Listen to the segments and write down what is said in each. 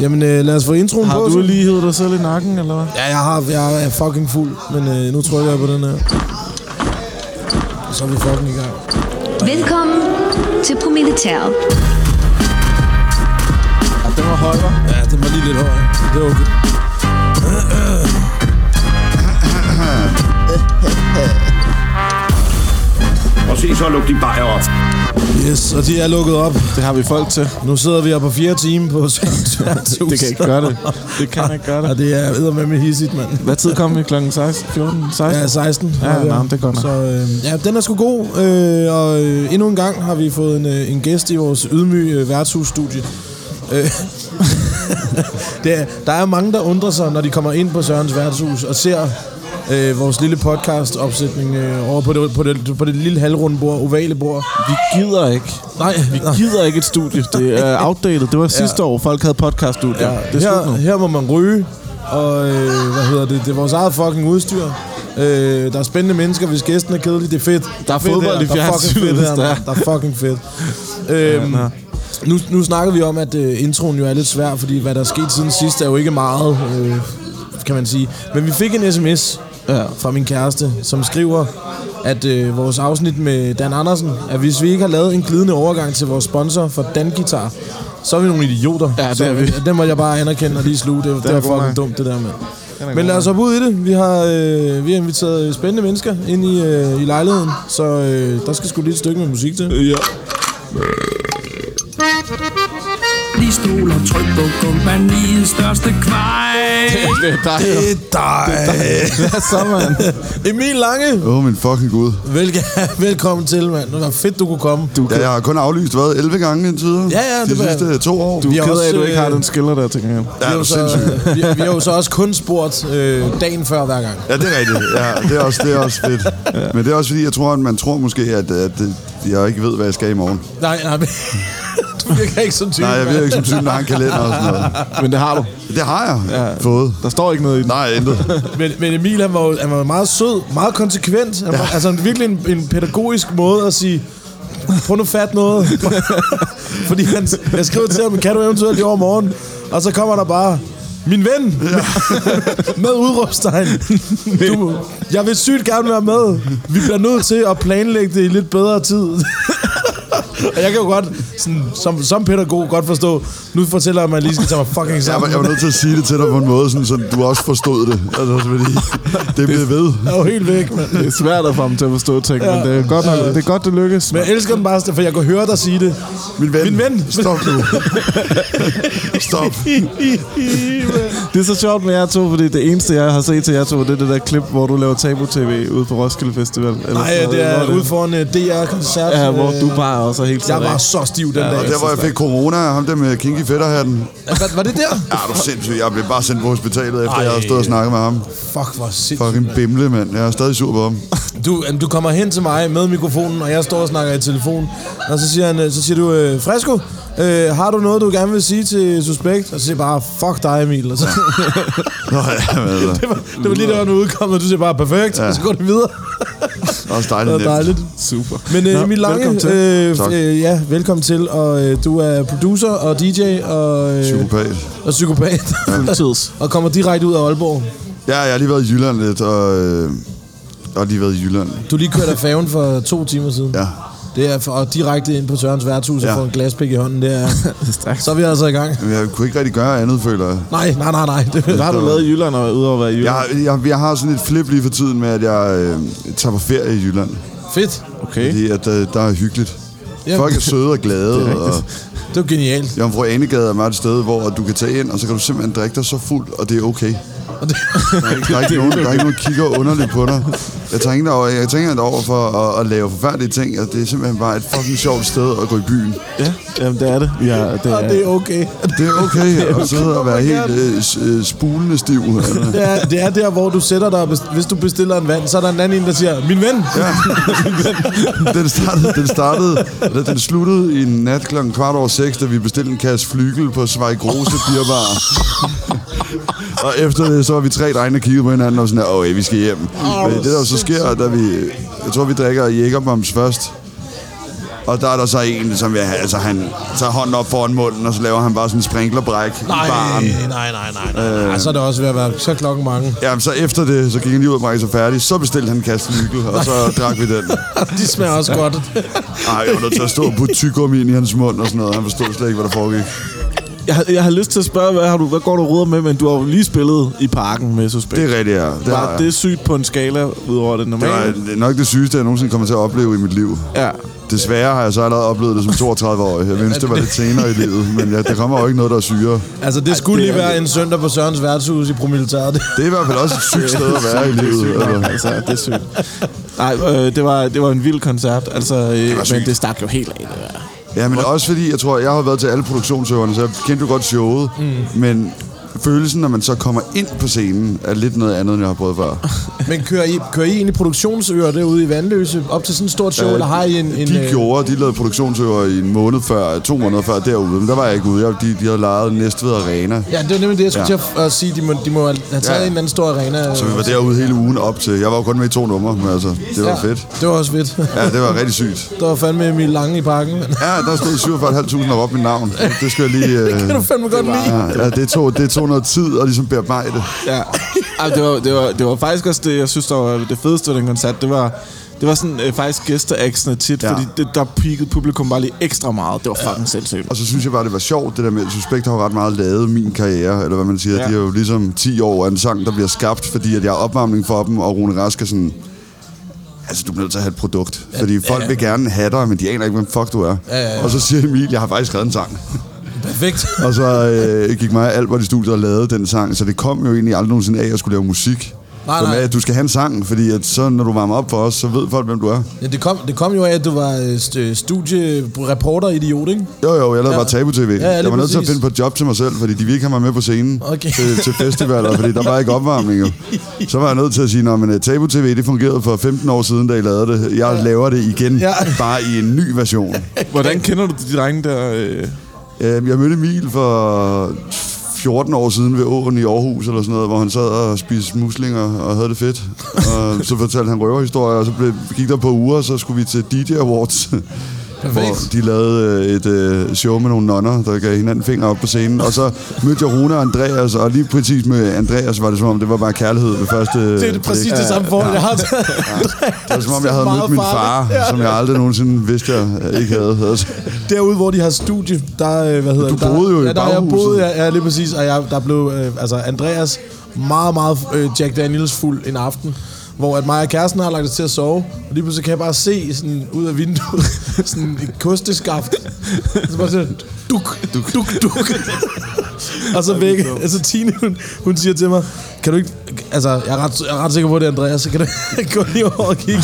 Jamen, øh, lad os få introen Har på. du så. lige hivet dig selv i nakken, eller hvad? Ja, jeg, har, jeg er fucking fuld, men øh, nu trykker jeg på den her. Så er vi fucking i gang. Velkommen til På Militæret. Ja, den var høj, hva'? Ja, den var lige lidt høj. Det er okay. Og se så luk de bajer op. Yes, og de er lukket op. Det har vi folk til. Nu sidder vi her på fjerde time på Søren Thornshus. Det kan ikke gøre det. Det kan ikke gøre det. Og det er eddermame hissigt, mand. Hvad tid kom vi? Klokken 16? 14? 16? Ja, 16. Ja, har vi nå, om. det er godt nok. Så øh, ja, den er sgu god. Øh, og øh, endnu en gang har vi fået en, øh, en gæst i vores ydmyge øh, værtshusstudie. Øh, det er, der er mange, der undrer sig, når de kommer ind på Sørens værtshus og ser øh, vores lille podcast-opsætning øh, over på det, på, det, på det lille halvrunde bord, ovale bord. Vi gider ikke. Nej, Vi gider ikke et studie. Det er outdated. Det var sidste år, folk havde podcaststudier. Ja, Det er slut her, nu. her må man ryge, og øh, hvad hedder det, det er vores eget fucking udstyr. Øh, der er spændende mennesker, hvis gæsten er kedelig, det er fedt. Der er fedt fodbold her, i der er fucking fjernsynet, fedt hvis her, der er. mand. der er fucking fedt. Øhm, nå. nu, nu snakker vi om, at øh, introen jo er lidt svær, fordi hvad der er sket siden sidst er jo ikke meget, øh, kan man sige. Men vi fik en sms Ja. fra min kæreste, som skriver, at øh, vores afsnit med Dan Andersen, at hvis vi ikke har lavet en glidende overgang til vores sponsor for Dan Guitar, så er vi nogle idioter. Ja, det Så, er vi. øh, Den må jeg bare anerkende og lige sluge. Det, det er var god fucking nok. dumt, det der, mand. er Men god lad os hoppe ud i det. Vi har, øh, vi har inviteret øh, spændende mennesker ind i, øh, i lejligheden, så øh, der skal sgu lige et stykke med musik til. Ja. De stoler tryk på kompaniets største kvej. Det er dig. Det er dig. Hvad så, mand? Emil Lange, Åh, oh, min fucking gud. Velke- velkommen til, mand. Det var fedt, du kunne komme. Du Ja, jeg har kun aflyst, hvad, 11 gange indtil videre? Ja, ja, De det var- sidste to år. Du Vi er har ked af, at også, du ikke har øh, den skiller der, tænker jeg. ja, vi, har er jo så, sindssyg. vi, vi har jo så også kun spurgt øh, dagen før hver gang. Ja, det er rigtigt. Ja, det er også, det er også fedt. Men det er også fordi, jeg tror, at man tror måske, at, at øh, jeg ikke ved, hvad jeg skal i morgen. Nej, nej, men- du virker ikke som typen. Nej, jeg mand. ved ikke som typen, der har en kalender og sådan noget. Men det har du. Det har jeg fået. Der står ikke noget i den. Nej, intet. Men, men Emil, han var, jo- han var meget sød, meget konsekvent. Han var, ja. Altså han- virkelig en, en pædagogisk måde at sige, prøv nu fat noget. Fordi han, jeg skrev til ham, kan du eventuelt i overmorgen? Og så kommer der bare, min ven, ja. med udråbstegn. Du, jeg vil sygt gerne være med. Vi bliver nødt til at planlægge det i lidt bedre tid. Og jeg kan jo godt, sådan, som, som pædagog, godt forstå, nu fortæller jeg, at man lige skal tage mig fucking Jeg var, sammen. jeg var nødt til at sige det til dig på en måde, sådan, så du også forstod det. Altså, fordi det blev ved. Jeg er jo helt væk, mand. Det er svært at få ham til at forstå ting, men det er godt, nok, det er godt det lykkes. Men jeg elsker den bare, for jeg kunne høre dig sige det. Min ven, Min ven. stop nu. Stop. Det er så sjovt med jer to, fordi det eneste, jeg har set til jer to, det er det der klip, hvor du laver Tabu-TV ude på Roskilde Festival. Eller Nej, øh, sådan noget. det Hvor er ude foran uh, DR-koncert. Ja, hvor du bare også er helt øh, Jeg sådan, var ikke? så stiv den dag. Og der, hvor jeg fik corona, ham der med kinky fætterhatten, Var, var det der? Ja, du er sindssyg. Jeg blev bare sendt på hospitalet, efter Ej. jeg havde stået og snakket med ham. Fuck, hvor sindssygt. Fucking bimle, mand. Jeg er stadig sur på ham. Du, øhm, du kommer hen til mig med mikrofonen, og jeg står og snakker i telefon. Og så siger, han, øh, så siger du, øh, Fresco, øh, har du noget, du gerne vil sige til Suspekt? Og så siger jeg bare, fuck dig, Emil. Og så, Nå, ja, men altså. det var lige der, du udkom, og du siger bare, perfekt, ja. og så går det videre. Også Det dejligt var nemt. dejligt. Super. Men øh, Emil Lange, velkommen til. øh, Tak. øh, ja, velkommen til. Og øh, du er producer og DJ og, øh, Psykopat. og psykopat. Fuldtids. og kommer direkte ud af Aalborg. Ja, jeg har lige været i Jylland lidt, og... Øh, og lige været i Jylland. Du lige kørte af færgen for to timer siden. Ja. Det er for, og direkte ind på Sørens værtshus ja. og Ja. få en glaspik i hånden. Det er, Stærkt. så er vi altså i gang. Men jeg kunne ikke rigtig gøre andet, føler jeg. Nej, nej, nej, nej. Det, Hvad har du lavet i Jylland, og udover at være i Jeg, Jylland? jeg, jeg har sådan et flip lige for tiden med, at jeg øh, tager på ferie i Jylland. fedt. Okay. Fordi at, øh, der er hyggeligt. Jamen. Folk er søde og glade, Det er og rigtigt. Det var genialt. Jomfru Anegade er meget et sted, hvor du kan tage ind, og så kan du simpelthen drikke dig så fuld, og det er okay. Og det, Der er ikke nogen, der, er ikke nogen der kigger underligt på dig. Jeg tænker over, jeg tænker derover for at, at, lave forfærdelige ting, og det er simpelthen bare et fucking sjovt sted at gå i byen. Ja, jamen det er det. Ja, det og Ah, det er, er okay. Det er okay at sidde og være helt øh, s- øh, spulende stiv. altså. Det er, det er der, hvor du sætter dig, og bes- hvis du bestiller en vand, så er der en anden en, der siger, min ven, Den startede, den startede, eller den sluttede i en nat klokken kvart over seks, da vi bestilte en kasse flygel på Svej Grose Bierbar. og efter det, så var vi tre drenge, der kiggede på hinanden og sådan, her, okay, vi skal hjem. Men det, der jo så sker, da vi, jeg tror, vi drikker Jægerbombs først, Og der er der så en, som jeg, altså, han tager hånden op foran munden, og så laver han bare sådan en sprinklerbræk i Nej, baren. nej, nej, nej, nej. nej. Øh. Så er det også ved at være så er klokken mange. Jamen, så efter det, så gik han lige ud og brækkede sig færdig. Så bestilte han kasse lykke, og så drak vi den. De smager også godt. Ej, jeg var nødt til at stå på tyggegummi ind i hans mund og sådan noget. Han forstod slet ikke, hvad der foregik. Jeg, har- jeg har lyst til at spørge, hvad, har du, hvad går du og ruder med, men du har jo lige spillet i parken med Suspekt. Det er rigtigt, ja. Det, har var jeg. det sygt på en skala, udover det det normale? var nok det sygeste, jeg nogensinde kommer til at opleve i mit liv. Ja. Desværre har jeg så allerede oplevet det som 32-årig. Jeg ønskede, det var lidt senere i livet, men ja, der kommer jo ikke noget, der er syre. Altså, det skulle det lige er- være en søndag på Sørens værtshus i Promilitæret. Det er i hvert fald også et sygt sted at være i livet. Nå, Altså. altså, det er sygt. Nej, øh, det, var, det var en vild koncert, altså, det var men sygt. det stak jo helt af, det der. Ja, men også fordi, jeg tror, jeg har været til alle produktionsøverne, så jeg kendte jo godt showet, mm. men følelsen, når man så kommer ind på scenen, er lidt noget andet, end jeg har prøvet før. Men kører I, kører I ind i produktionsøer derude i Vandløse op til sådan et stort show, Øh, eller har I en... en de øh, gjorde, de lavede produktionsøver i en måned før, to måneder før derude, men der var jeg ikke ude. Jeg, de, de havde lejet Næstved Arena. Ja, det var nemlig det, jeg skulle Ja. ja. til at, at sige. De må, de må have taget ja. Ja. en eller anden stor arena. Så vi var derude hele ugen op til. Jeg var jo kun med i to numre, men altså, det var ja. fedt. Det var også fedt. Ja, det var rigtig sygt. Der var fandme Emil Lange i parken. mand. Ja, der stod 47.500 og råbte mit navn. Det skal jeg lige... Øh... Kan du fandme godt lide? Ja, ja, det, tog, det tog noget tid at ligesom bearbejde. Ja. Ej, det, var, det, var, det var faktisk også det, jeg synes, der var det fedeste ved den koncert. Det var, det var sådan øh, faktisk gæsteaksene tit, Ja. ja. fordi det, der peakede publikum bare lige ekstra meget. Det var fucking ja. sindssygt. Og så synes jeg bare, det var sjovt, det der med, at Suspekt har jo ret meget lavet min karriere, eller hvad man siger. Ja. Ja. De er jo ligesom 10 år af en sang, der bliver skabt, fordi at jeg er opvarmning for dem, og Rune Rasmussen... Altså, du bliver nødt til at have et produkt. Fordi folk vil gerne have dig, men de aner ikke, hvem fuck du er. Og så siger Emil, jeg har faktisk skrevet en sang. Perfekt. Og så øh, gik mig og Albert i studiet og lavede den sang, så det kom jo egentlig aldrig nogensinde af, at jeg skulle lave musik. Nej, som nej. Er, at du skal have en sang, fordi at så, når du varmer op for os, så ved folk, hvem du er. Ja, det, kom, det kom jo af, at du var øh, st- studiereporter-idiot, ikke? Jo, jo, jeg lavede Ja. ja. bare tabu-tv. Ja, ja, lige jeg var nødt til at præcis. finde på et job til mig selv, fordi de ville ikke have mig med på scenen Okay. til, til festivaler, fordi der var ikke opvarmning. Jo. Så var jeg nødt til at sige, øh, at tabu-tv det fungerede for 15 år siden, da I lavede det. Jeg laver det igen, Ja. bare i en ny version. Hvordan kender du de drenge der? Øh? Øhm, Jeg mødte Emil for 14 år siden ved åen i Aarhus, eller sådan noget, hvor han sad og spiste muslinger og havde det fedt. Og så fortalte han røverhistorier, og så blev, gik der på uger, og så skulle vi til DJ Awards. Hvor de lavede øh, et øh, show med nogle nonner, der gav hinanden fingre op på scenen. Og så mødte jeg Rune og Andreas, og lige præcis med Andreas var det som om, det var bare kærlighed ved første Det er det præcis det samme forhold, jeg har. Det var som om, jeg havde mødt min far, som jeg aldrig nogensinde vidste, jeg ikke havde. Altså, Derude, hvor de har studie, der, øh, hvad hedder Du det, der, boede jo i ja, der, har jeg baghuset. boede, ja, ja, lige præcis, og jeg, der blev, øh, altså Andreas, meget, meget øh, Jack Daniels fuld en aften, hvor at mig og kæresten har lagt os til at sove, og lige pludselig kan jeg bare se sådan ud af vinduet, sådan et kosteskaft, så bare sådan, duk, duk, duk, duk. og så væk, altså Tine, hun, hun siger til mig, kan du ikke, altså jeg er ret, jeg er ret sikker på det, er Andreas, så kan du gå lige over og kigge.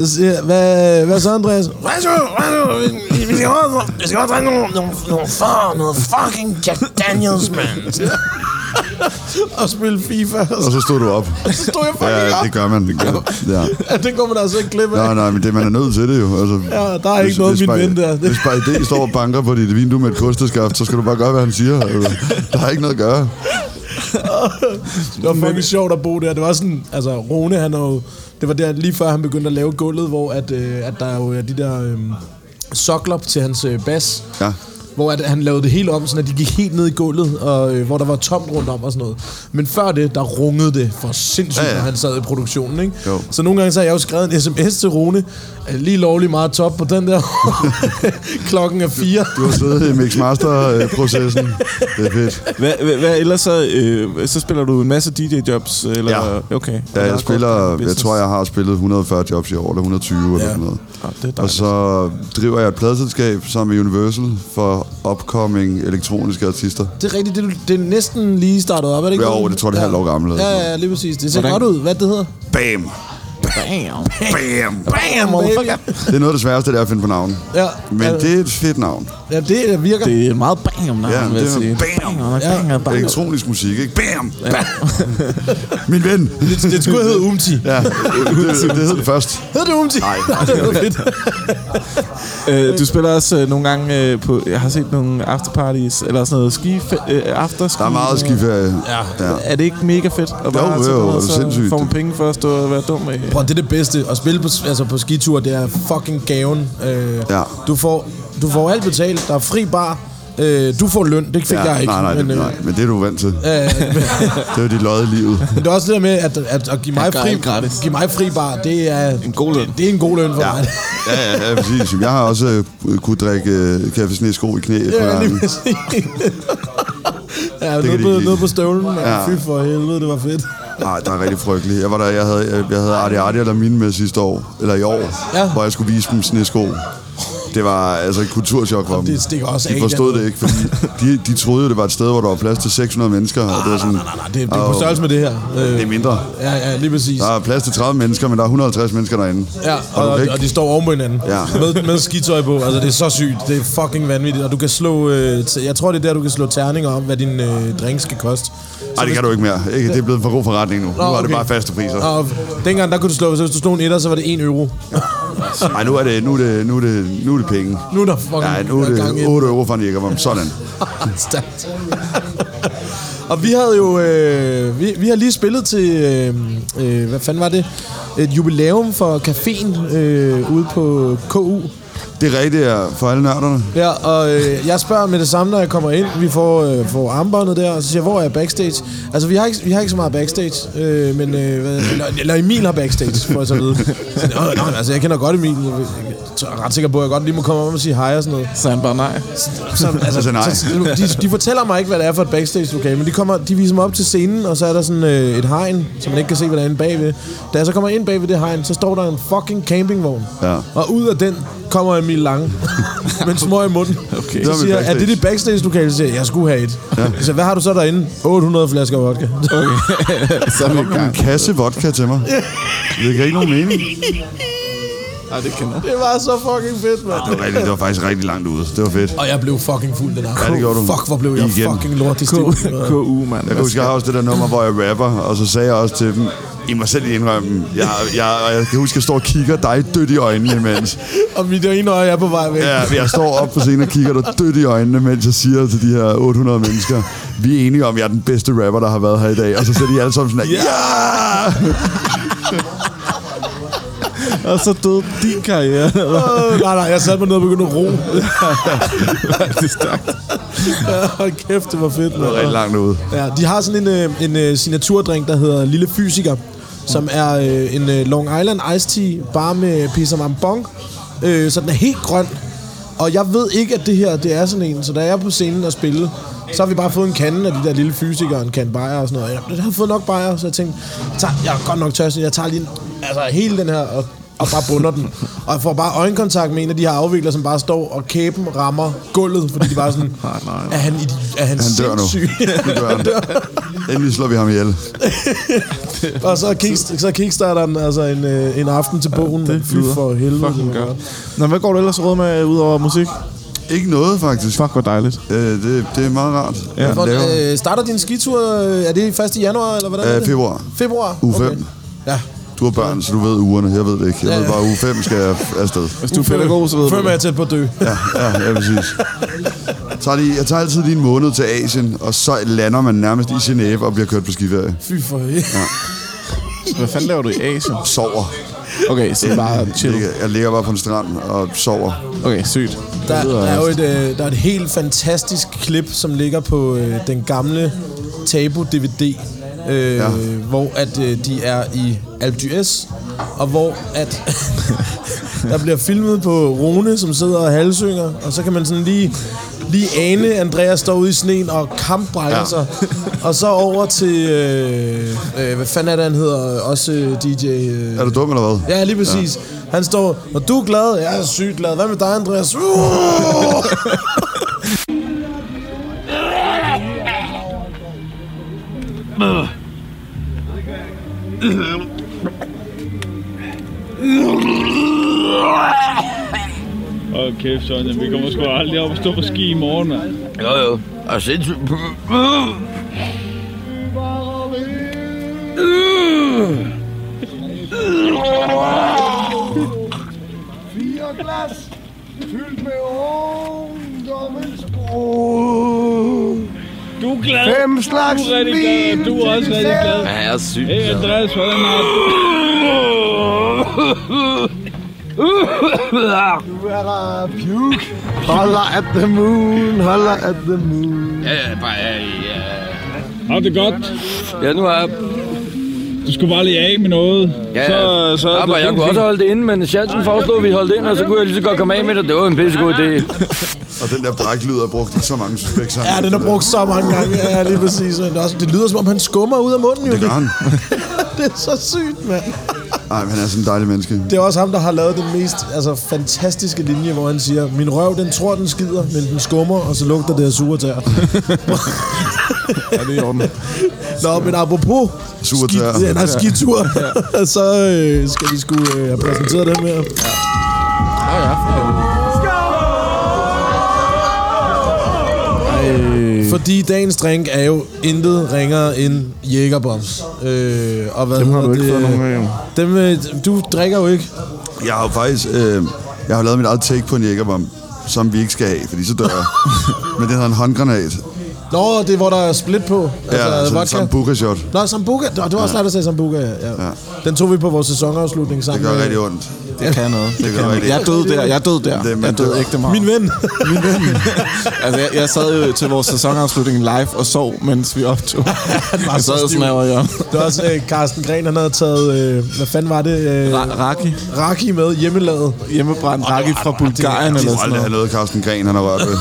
Så siger jeg, hvad, hvad så, Andreas? Hvad så? Hvad så? Vi- Vi skal også, vi skal også drikke nogle, nogle, nogle, far, noget fucking Jack Daniels, man. og spille FIFA. Altså, Og og så så stod du op. stod jeg fucking Ja, ja, det gør man. Det gør. Ja. op. Det kommer der altså ikke glip af. Nej, nej, men det, man er nødt til det jo. Altså, Ja, der er ikke noget, min bare- ven der. Hvis bare idé står og banker på dit vindue med et kosteskaft, så skal du bare gøre, hvad han siger. Altså, der er ikke noget at gøre. Det var fucking sjovt at bo der. Det var sådan, altså Rune, han er jo, det var der lige før han begyndte at lave gulvet, hvor at, øh, at der jo er de der øh, sokler til hans øh, bas. Ja. Hvor at han lavede det helt om, sådan at de gik helt ned i gulvet, og øh, hvor der var tomt rundt om og sådan noget. Men før det, der rungede det for sindssygt, ja, Ja, ja. ja. når han sad i produktionen, ikke? Jo. Så nogle gange så har jeg jo skrevet en sms til Rune, øh, lige lovlig meget top på den der klokken er fire. Du har siddet i Mix Master-processen. Det er fedt. Hvad, hvad, hvad ellers så, øh, så spiller du en masse DJ-jobs? Eller? Ja. Okay. Ja, Der er jeg godt spiller, jeg business. tror, jeg har spillet 140 jobs i år, eller 120 eller sådan noget. Ja, det er Og dejligt. så driver jeg et pladselskab sammen med Universal for upcoming elektroniske artister. Det er rigtigt, det, er- det er næsten lige startet op, er det ikke? Jo, Rune? det tror jeg, det er Ja. halvt år gammel eller Ja, sådan ja, lige præcis. Det ser Hvordan- godt ud. Hvad det hedder? Bam! Bam! Bam! Bam, motherfucker. Det er noget af det sværeste, det er at finde på navn. Ja. Men det er et fedt navn. Ja, det virker. Det. Det er meget bang om navnet, Ja, ja, vil jeg det er sige. bam. og bang, og bang. Elektronisk musik, ikke? Bam! Bam! Min ven! Det, det skulle hedde Umti. Ja, det, det hed det først. Hed det Umti? Nej. det var fedt. Øh, du spiller også øh, nogle gange øh, på... Jeg har set nogle afterparties, eller sådan noget ski... Øh, afterski Der er meget skiferie. Ja. Er det ikke mega fedt at være jo, til jo, noget, det er sindssygt. så får man penge for at stå og være dum med? Prøv, det er det bedste. At spille på, altså på skitur, det er fucking gaven. Øh, Ja. du, får, du får alt betalt. Der er fri bar. Øh, du får løn. Det fik Ja, jeg ikke. nej, nej, men, det, øh, nej, men det er du vant til. øh, Det er jo dit lod i livet. Men det er også det der med, at, at, at give, mig gør alt gratis. fri, give mig fri bar, det er... En god løn. Det er en god løn for Ja, ja. mig. ja, ja, ja præcis. Jeg har også øh, kunne drikke øh, kaffe snesko i knæ. et par Ja, gange. lige præcis. ja, de noget, ikke på, lide. noget på støvlen. Ja. Ja. Fy for helvede, det var fedt. Nej, der er rigtig frygteligt. Jeg var der, jeg havde, jeg, jeg havde Arti Arti eller min med sidste år, eller i år, Ja. ja. hvor jeg skulle vise dem snesko. Det var altså et kulturchok for dem. det stikker også af, De forstod dernede. det ikke, fordi de, de troede jo, det var et sted, hvor der var plads til 600 mennesker. og det var sådan, Nej, nej, nej, det, det er på Åh. størrelse med det her. Øh, Det er mindre. ja, ja, lige præcis. Der er plads til 30 mennesker, men der er 150 mennesker derinde. Ja, og, og, du kan og ikke, de står oven på hinanden. Ja. Med, med skitøj på. Altså, det er så sygt. Det er fucking vanvittigt. Og du kan slå... Øh, t- jeg tror, det er der, du kan slå terninger om, hvad din øh, drink skal koste. ej, det kan du ikke mere. Ikke, det er blevet en for god forretning nu. Nu er det okay. bare faste priser. Og dengang, der kunne du slå... Hvis du slog en etter, så var det 1 euro. Nej, nu er det, nu er det, nu er det, nu er det penge. Nu er der fucking Ja, nu er gang i det den. 8 euro for en jækkerbom. Sådan. Stærkt. og vi havde jo... Øh, vi, vi har lige spillet til... Øh, øh, hvad fanden var det? Et jubilæum for caféen øh, ude på KU. Det er rigtigt er for alle nørderne. Ja, og øh, jeg spørger med det samme, når jeg kommer ind. Vi får, øh, får armbåndet der, og så siger jeg, hvor er backstage? Altså, vi har ikke, vi har ikke så meget backstage, øh, men... Øh, hvad, eller, eller Emil har backstage, får jeg så at vide. Så, øh, nej, altså, jeg kender godt Emil. Jeg er ret sikker på, at jeg godt lige må komme om og sige hej og sådan noget. Så er han bare nej. Så, altså, Altså, nej. så, de, de fortæller mig ikke, hvad det er for et backstage-lokale, men de, kommer, de viser mig op til scenen, og så er der sådan øh, et hegn, så man ikke kan se, hvad der er inde bagved. Da jeg så kommer ind bagved det hegn, så står der en fucking campingvogn. Ja. Og ud af den kommer Emil Lange, men små i munden. Okay. Det var Så mit siger jeg, er det backstage." dit backstage-lokale? Så siger jeg, jeg skulle have et. Ja. Så hvad har du så derinde? 800 flasker vodka. Så er vi i En gang. kasse vodka til mig. Det giver ikke nogen mening. Nej, det kan jeg. det var så fucking fedt, mand. Det var, rigtig, det var faktisk rigtig langt ude. Det var fedt. Og jeg blev fucking fuld den aften. Ja, det gjorde du. Fuck, hvor blev jeg Igen. fucking lortig stiv. KU, mand. Jeg kan huske, jeg har også det der nummer, hvor jeg rapper, og så sagde jeg også til dem, I må selv indrømme, jeg, jeg, og jeg kan huske, jeg står og kigger dig dødt i øjnene imens. Og mit ene øje er på vej væk. Ja, jeg står op på scenen og kigger dig dødt i øjnene, mens jeg siger til de her 800 mennesker, vi er enige om, at jeg er den bedste rapper, der har været her i dag. Og så sidder de alle sammen sådan, her, ja! Og så døde din karriere. Øh, nej, nej, jeg satte mig ned og begyndte at ro. det er stærkt. Hold kæft, det var fedt. Det var rigtig mand. langt ude. Ja, de har sådan en, øh, en øh, signaturdrink, der hedder Lille Fysiker, som er øh, en øh, Long Island Ice Tea, bare med pisser mambong, øh, så den er helt grøn. Og jeg ved ikke, at det her det er sådan en, så da jeg er på scenen og spille, så har vi bare fået en kande af de der lille fysikere, en kande bajer og sådan noget. Jeg har fået nok bajer, så jeg tænkte, jeg, tager, jeg er godt nok tørstig, jeg tager lige en, altså hele den her og, og bare bunder den. Og jeg får bare øjenkontakt med en af de her afviklere, som bare står, og kæben rammer gulvet, fordi de bare sådan, er han, i, er han, Han dør nu. sindssyg? Nu dør han. Endelig slår vi ham ihjel. Og så, er kick, så er kickstarteren altså en, øh, en aften til bogen. Ja, Fy for helvede. Fucking det var godt. Nå, hvad går du ellers råd med, øh, udover musik? Ikke noget, faktisk. Fuck, hvor dejligt. Øh, det, det er meget rart. Ja. At lave. godt. Øh, starter din skitur, øh, er det 1. januar, eller hvordan er Øh, det? februar. Februar? Uge Okay. fem. Ja. Du har børn, så du ved ugerne. Jeg ved det ikke. Jeg ved bare, at uge 5 skal jeg afsted. Hvis du er pædagog, så ved Før du er jeg det. tæt på at dø. Ja, ja, ja præcis. Jeg tager, lige, jeg tager altid lige en måned til Asien, og så lander man nærmest i Genève og bliver kørt på skiferie. Fy for helvede. Hvad fanden laver du i Asien? Sover. Okay, så bare Jeg, chill. ligger, jeg ligger bare på en strand og sover. Okay, sygt. Der, der er jo et, øh, der er et helt fantastisk klip, som ligger på øh, den gamle Tabu-DVD, øh, ja. Ja. hvor at øh, de er i Alpe d'Huez, og hvor at der bliver filmet på Rune, som sidder og halvsynger, og så kan man sådan lige, lige ane, Andreas står ude i sneen og kampbrækker ja. Ja. sig. Og så over til, øh, øh, hvad fanden er det, han hedder? Også øh, DJ... Øh, Er du dum eller hvad? Ja, lige præcis. Ja. Han står, og du er glad, jeg er sygt glad. Hvad med dig, Andreas? Uh! Og Hold kæft, Sonja, vi kommer sgu aldrig op og stå på ski i morgen, mand. Jo, jo. Og sindssygt. Du er glad. Fem slags du er rigtig glad, og du er også rigtig glad. Ja, jeg er syg. Hey, Andreas, hvordan har du? Ja, ja, bare, ja, ja. Har du det godt? Ja, nu er jeg... Du skulle bare lige af med noget. Ja, så, så er ja, det bare, jeg fint. kunne også holde det inde, men Sjansen foreslog, at vi holdt ind, og så kunne jeg lige så godt komme af med det. Det var en pissegod idé. Og den der bræklyd er brugt i så mange suspekt sammen. Ja, den har brugt så mange gange. Ja, lige præcis. Men det, er også, det lyder, som om han skummer ud af munden. Jo. Det gør han. det er så sygt, mand. Nej, men han er sådan en dejlig menneske. Det er også ham, der har lavet den mest altså, fantastiske linje, hvor han siger, min røv, den tror, den skider, men den skummer, og så lugter det af sure tæer. Ja, det er i orden. Nå, men apropos Sure ski, tæer. ja, nej, skitur, så øh, skal vi sgu øh, have præsenteret den her. Øh, Fordi dagens drink er jo intet ringere end Jægerbombs. Øh, og hvad Dem har du hedder ikke det? fået nogen af, jo. Dem, øh, du drikker jo ikke. Jeg har jo faktisk... Øh, jeg har lavet mit eget take på en jækkerbom, som vi ikke skal have, fordi så dør jeg. men det hedder en håndgranat. Nå, det er, hvor der er split på. Ja, altså, vodka. altså sambuca shot. Nå, Sambuca. Du, du har også snart at sige Sambuca, ja. ja. Ja. Den tog vi på vores sæsonafslutning Det sammen gør med- rigtig ondt. Det kan noget. Det gør rigtig Jeg døde der, jeg døde der. Det er man jeg døde dør. ægte meget. Min ven. Min ven. altså, jeg, jeg sad jo til vores sæsonafslutning live og sov, mens vi optog. jeg sad så og stiv. snævrede jeg. Det var også øh, Carsten Gren, han havde taget, øh, hvad fanden var det? Øh, Ra- Raki. Raki med hjemmelavet. Hjemmebrændt Raki fra Bulgarien Jeg eller sådan tror aldrig, noget. han noget, Carsten Gren, han har rørt ved.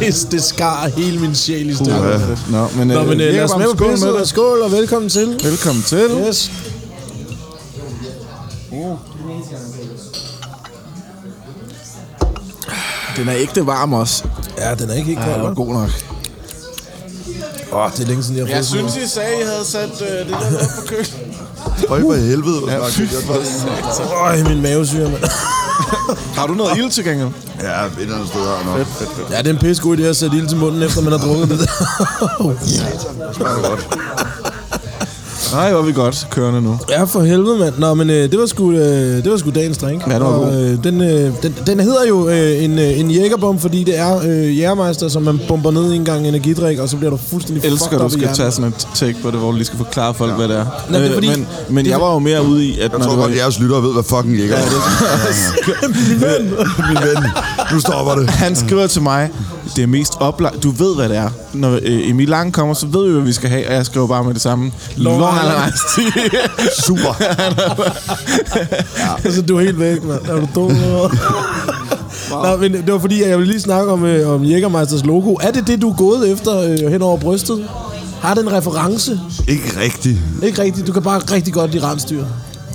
Det, det skar hele min sjæl i stedet. Uha. Nå, men, Nå, men øh, lad os med på skål pisset, og det. skål, og velkommen til. Velkommen til. Yes. Den er ægte varm også. Ja, den er ikke helt Ja, kold, det var hva'? god nok. Åh, det er længe siden, jeg har fået sådan noget. I sagde, I havde sat øh, det der op på køkkenet. Prøv for helvede. hvor Ja, smager fy det godt. Øj, min mavesyre, mand. Har du noget ild til gengæld? Ja, et eller andet sted har jeg nok. Ja, det er en pisse god idé at sætte ild til munden, efter man har drukket det der. Det smager godt. Nej, hvor er vi godt kørende nu. Ja, for helvede, mand. Nå, men øh, det, var sgu, øh, det var sgu dagens drink. Ja, det var god. og, øh, den, øh, den, den hedder jo øh, en, øh, en jægerbom, fordi det er øh, jægermeister, som man bomber ned i en gang energidrik, og så bliver du fuldstændig elsker, fucked at du op i skal hjernen. tage sådan et take på det, hvor du lige skal forklare folk, ja. hvad det er. Nå, det er Øh, fordi- men men jeg var jo mere ude i, at Jeg man tror var... godt, jeres lyttere ved, hvad fucking jækker er. Min ven. Nu stopper det. Han skriver til mig, det er mest oplagt. Du ved, hvad det er. Når øh, Emil Lang kommer, så ved vi, hvad vi skal have. Og jeg skriver bare med det samme. Long, Long Island Island. Iced Tea. Super. Altså, du er helt væk, mand. Er du dum? eller hvad? Nå, men det var fordi, at jeg ville lige snakke om, øh, om Jægermeisters logo. Er det det, du er gået efter øh, hen over brystet? Har den en reference? Ikke rigtigt. Ikke rigtigt. Du kan bare rigtig godt lide rensdyr.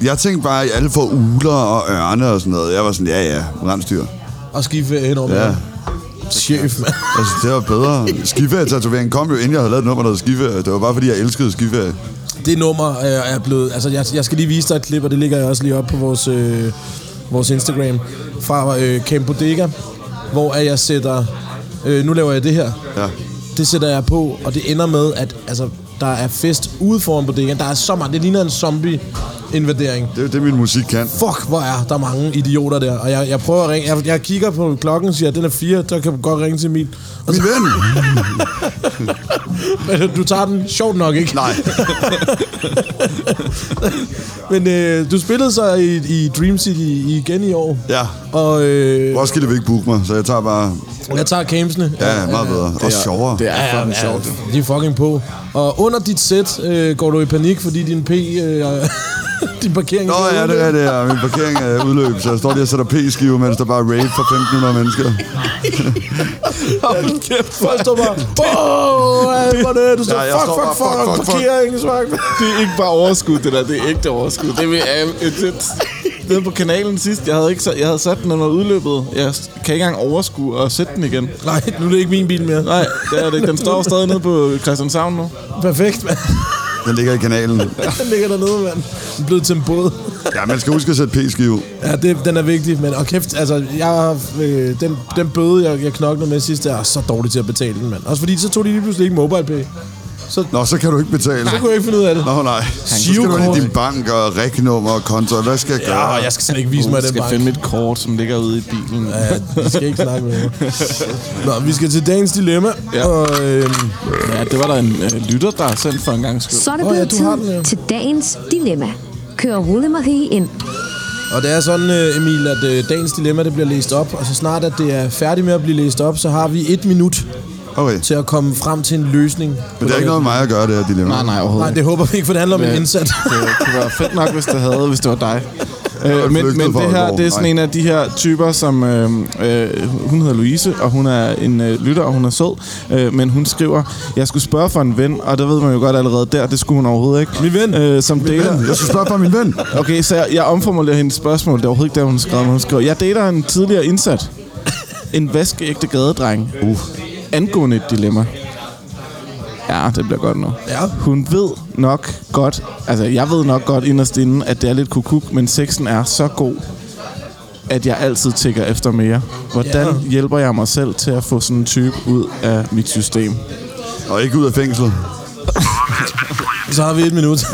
Jeg tænkte bare, at alle får uler og ørne og sådan noget. Jeg var sådan, ja ja, rensdyr. Og skife hen over Ja. ja. Chef, mand. Altså, det var bedre. Skiferie-tatoveringen kom jo, inden jeg havde lavet et nummer, der hed skiferie. Det var bare, fordi jeg elskede skiferie. Det nummer øh, er blevet... Altså, jeg, jeg skal lige vise dig et klip, og det ligger jeg også lige op på vores, øh, vores Instagram, fra øh, Camp Bodega, hvor at jeg sætter... Øh, nu laver jeg det her. Ja. Det sætter jeg på, og det ender med, at altså, der er fest ude foran bodegaen. Der er så mange... Det ligner en zombie-invadering. Det er jo det, min musik kan. Fuck, hvor er der mange idioter der. Og jeg, jeg prøver at ringe... Jeg, jeg kigger på klokken og siger, at den er fire, så kan du godt ringe til Emil. Og Min ven! så, du tager den sjovt nok, ikke? Nej. Men øh, du spillede så i, i Dream City igen i år. Ja. Og øh, Roskilde vil ikke booke mig, så jeg tager bare... jeg tager camsene. Ja, meget bedre. Og sjovere. det er fucking sjovt. De er fucking på. Og under dit sæt øh, går du i panik, fordi din P... Øh, din parkering... Nå ja, det er det. Ja. Min parkering er udløb, så jeg står lige og sætter p-skive, mens der bare er rave for 1500 mennesker. Hold kæft, Folk står bare... Wow, alt for det. Du står, Ja, jeg fuck, står fuck, bare, fuck, fuck, fuck, fuck, fuck. parkering, fuck. det er ikke bare overskud, det der. Det er ægte overskud. Det er det, nede på kanalen sidst. Jeg havde, ikke, sat- jeg havde sat den, når den var udløbet. Jeg s- kan ikke engang overskue at sætte den igen. Nej, nu er det ikke min bil mere. Nej, det er det ikke. Den står stadig nede på Christianshavn nu. Perfekt, mand. Den ligger i kanalen. Den ligger dernede, mand. Den er blevet til en båd. Ja, man skal huske at sætte p-skive. ud. Ja, det, den er vigtig, men og kæft, altså, jeg, har, øh, den, den bøde, jeg, jeg knoklede med sidst, jeg er så dårlig til at betale den, mand. Også fordi, så tog de lige pludselig ikke MobilePay. Nå, så kan du ikke betale. Så kunne jeg ikke finde ud af det. Nå, nej. Så skal du ind i din bank og regnummer og konto. og Hvad skal jeg gøre? Ja, og jeg skal slet ikke vise mig Jeg den skal bank. finde mit kort, som ligger ude i bilen. Ja, vi skal ikke snakke med mig. Nå, vi skal til dagens dilemma. Ja. Ja. Og, øh, Ja, det var der en øh, lytter, der har sendt for en gang skyld. Så er det Åh, ja, blevet du har den, tid ja. til dagens dilemma. Kører Rulle Marie ind. og det er sådan, øh, Emil, at øh, dagens dilemma det bliver læst op, og så snart at det er færdigt med at blive læst op, så har vi et minut Okay. til at komme frem til en løsning. Men det er ikke noget med mig at gøre, det her dilemma. Nej, nej, overhovedet Nej, det håber vi ikke, for det handler om en indsat. det kunne være fedt nok, hvis det havde, hvis det var dig. Øh, men flygtet men fra det her, Aalborg. det er sådan Nej. en af de her typer, som... Øh, øh, hun hedder Louise, og hun er en øh, lytter, og hun er sød. Øh, men hun skriver, jeg skulle spørge for en ven, og der ved man jo godt allerede der, det skulle hun overhovedet ikke. Min ven? Øh, som dater. Jeg skal spørge fra min ven. Okay, så jeg, jeg omformulerer hendes spørgsmål. Det er overhovedet ikke der, hun skrev, men hun skrev, jeg dater en tidligere indsat. En vaskeægte gadedreng. Uh. Angående et dilemma. Ja, det bliver godt nu. Ja. Hun ved nok godt, altså jeg ved nok godt inderst inden, at det er lidt kukuk, men sexen er så god, at jeg altid tigger efter mere. Hvordan Ja. hjælper jeg mig selv til at få sådan en type ud af mit system? Og ikke ud af fængslet. Så har vi et minut.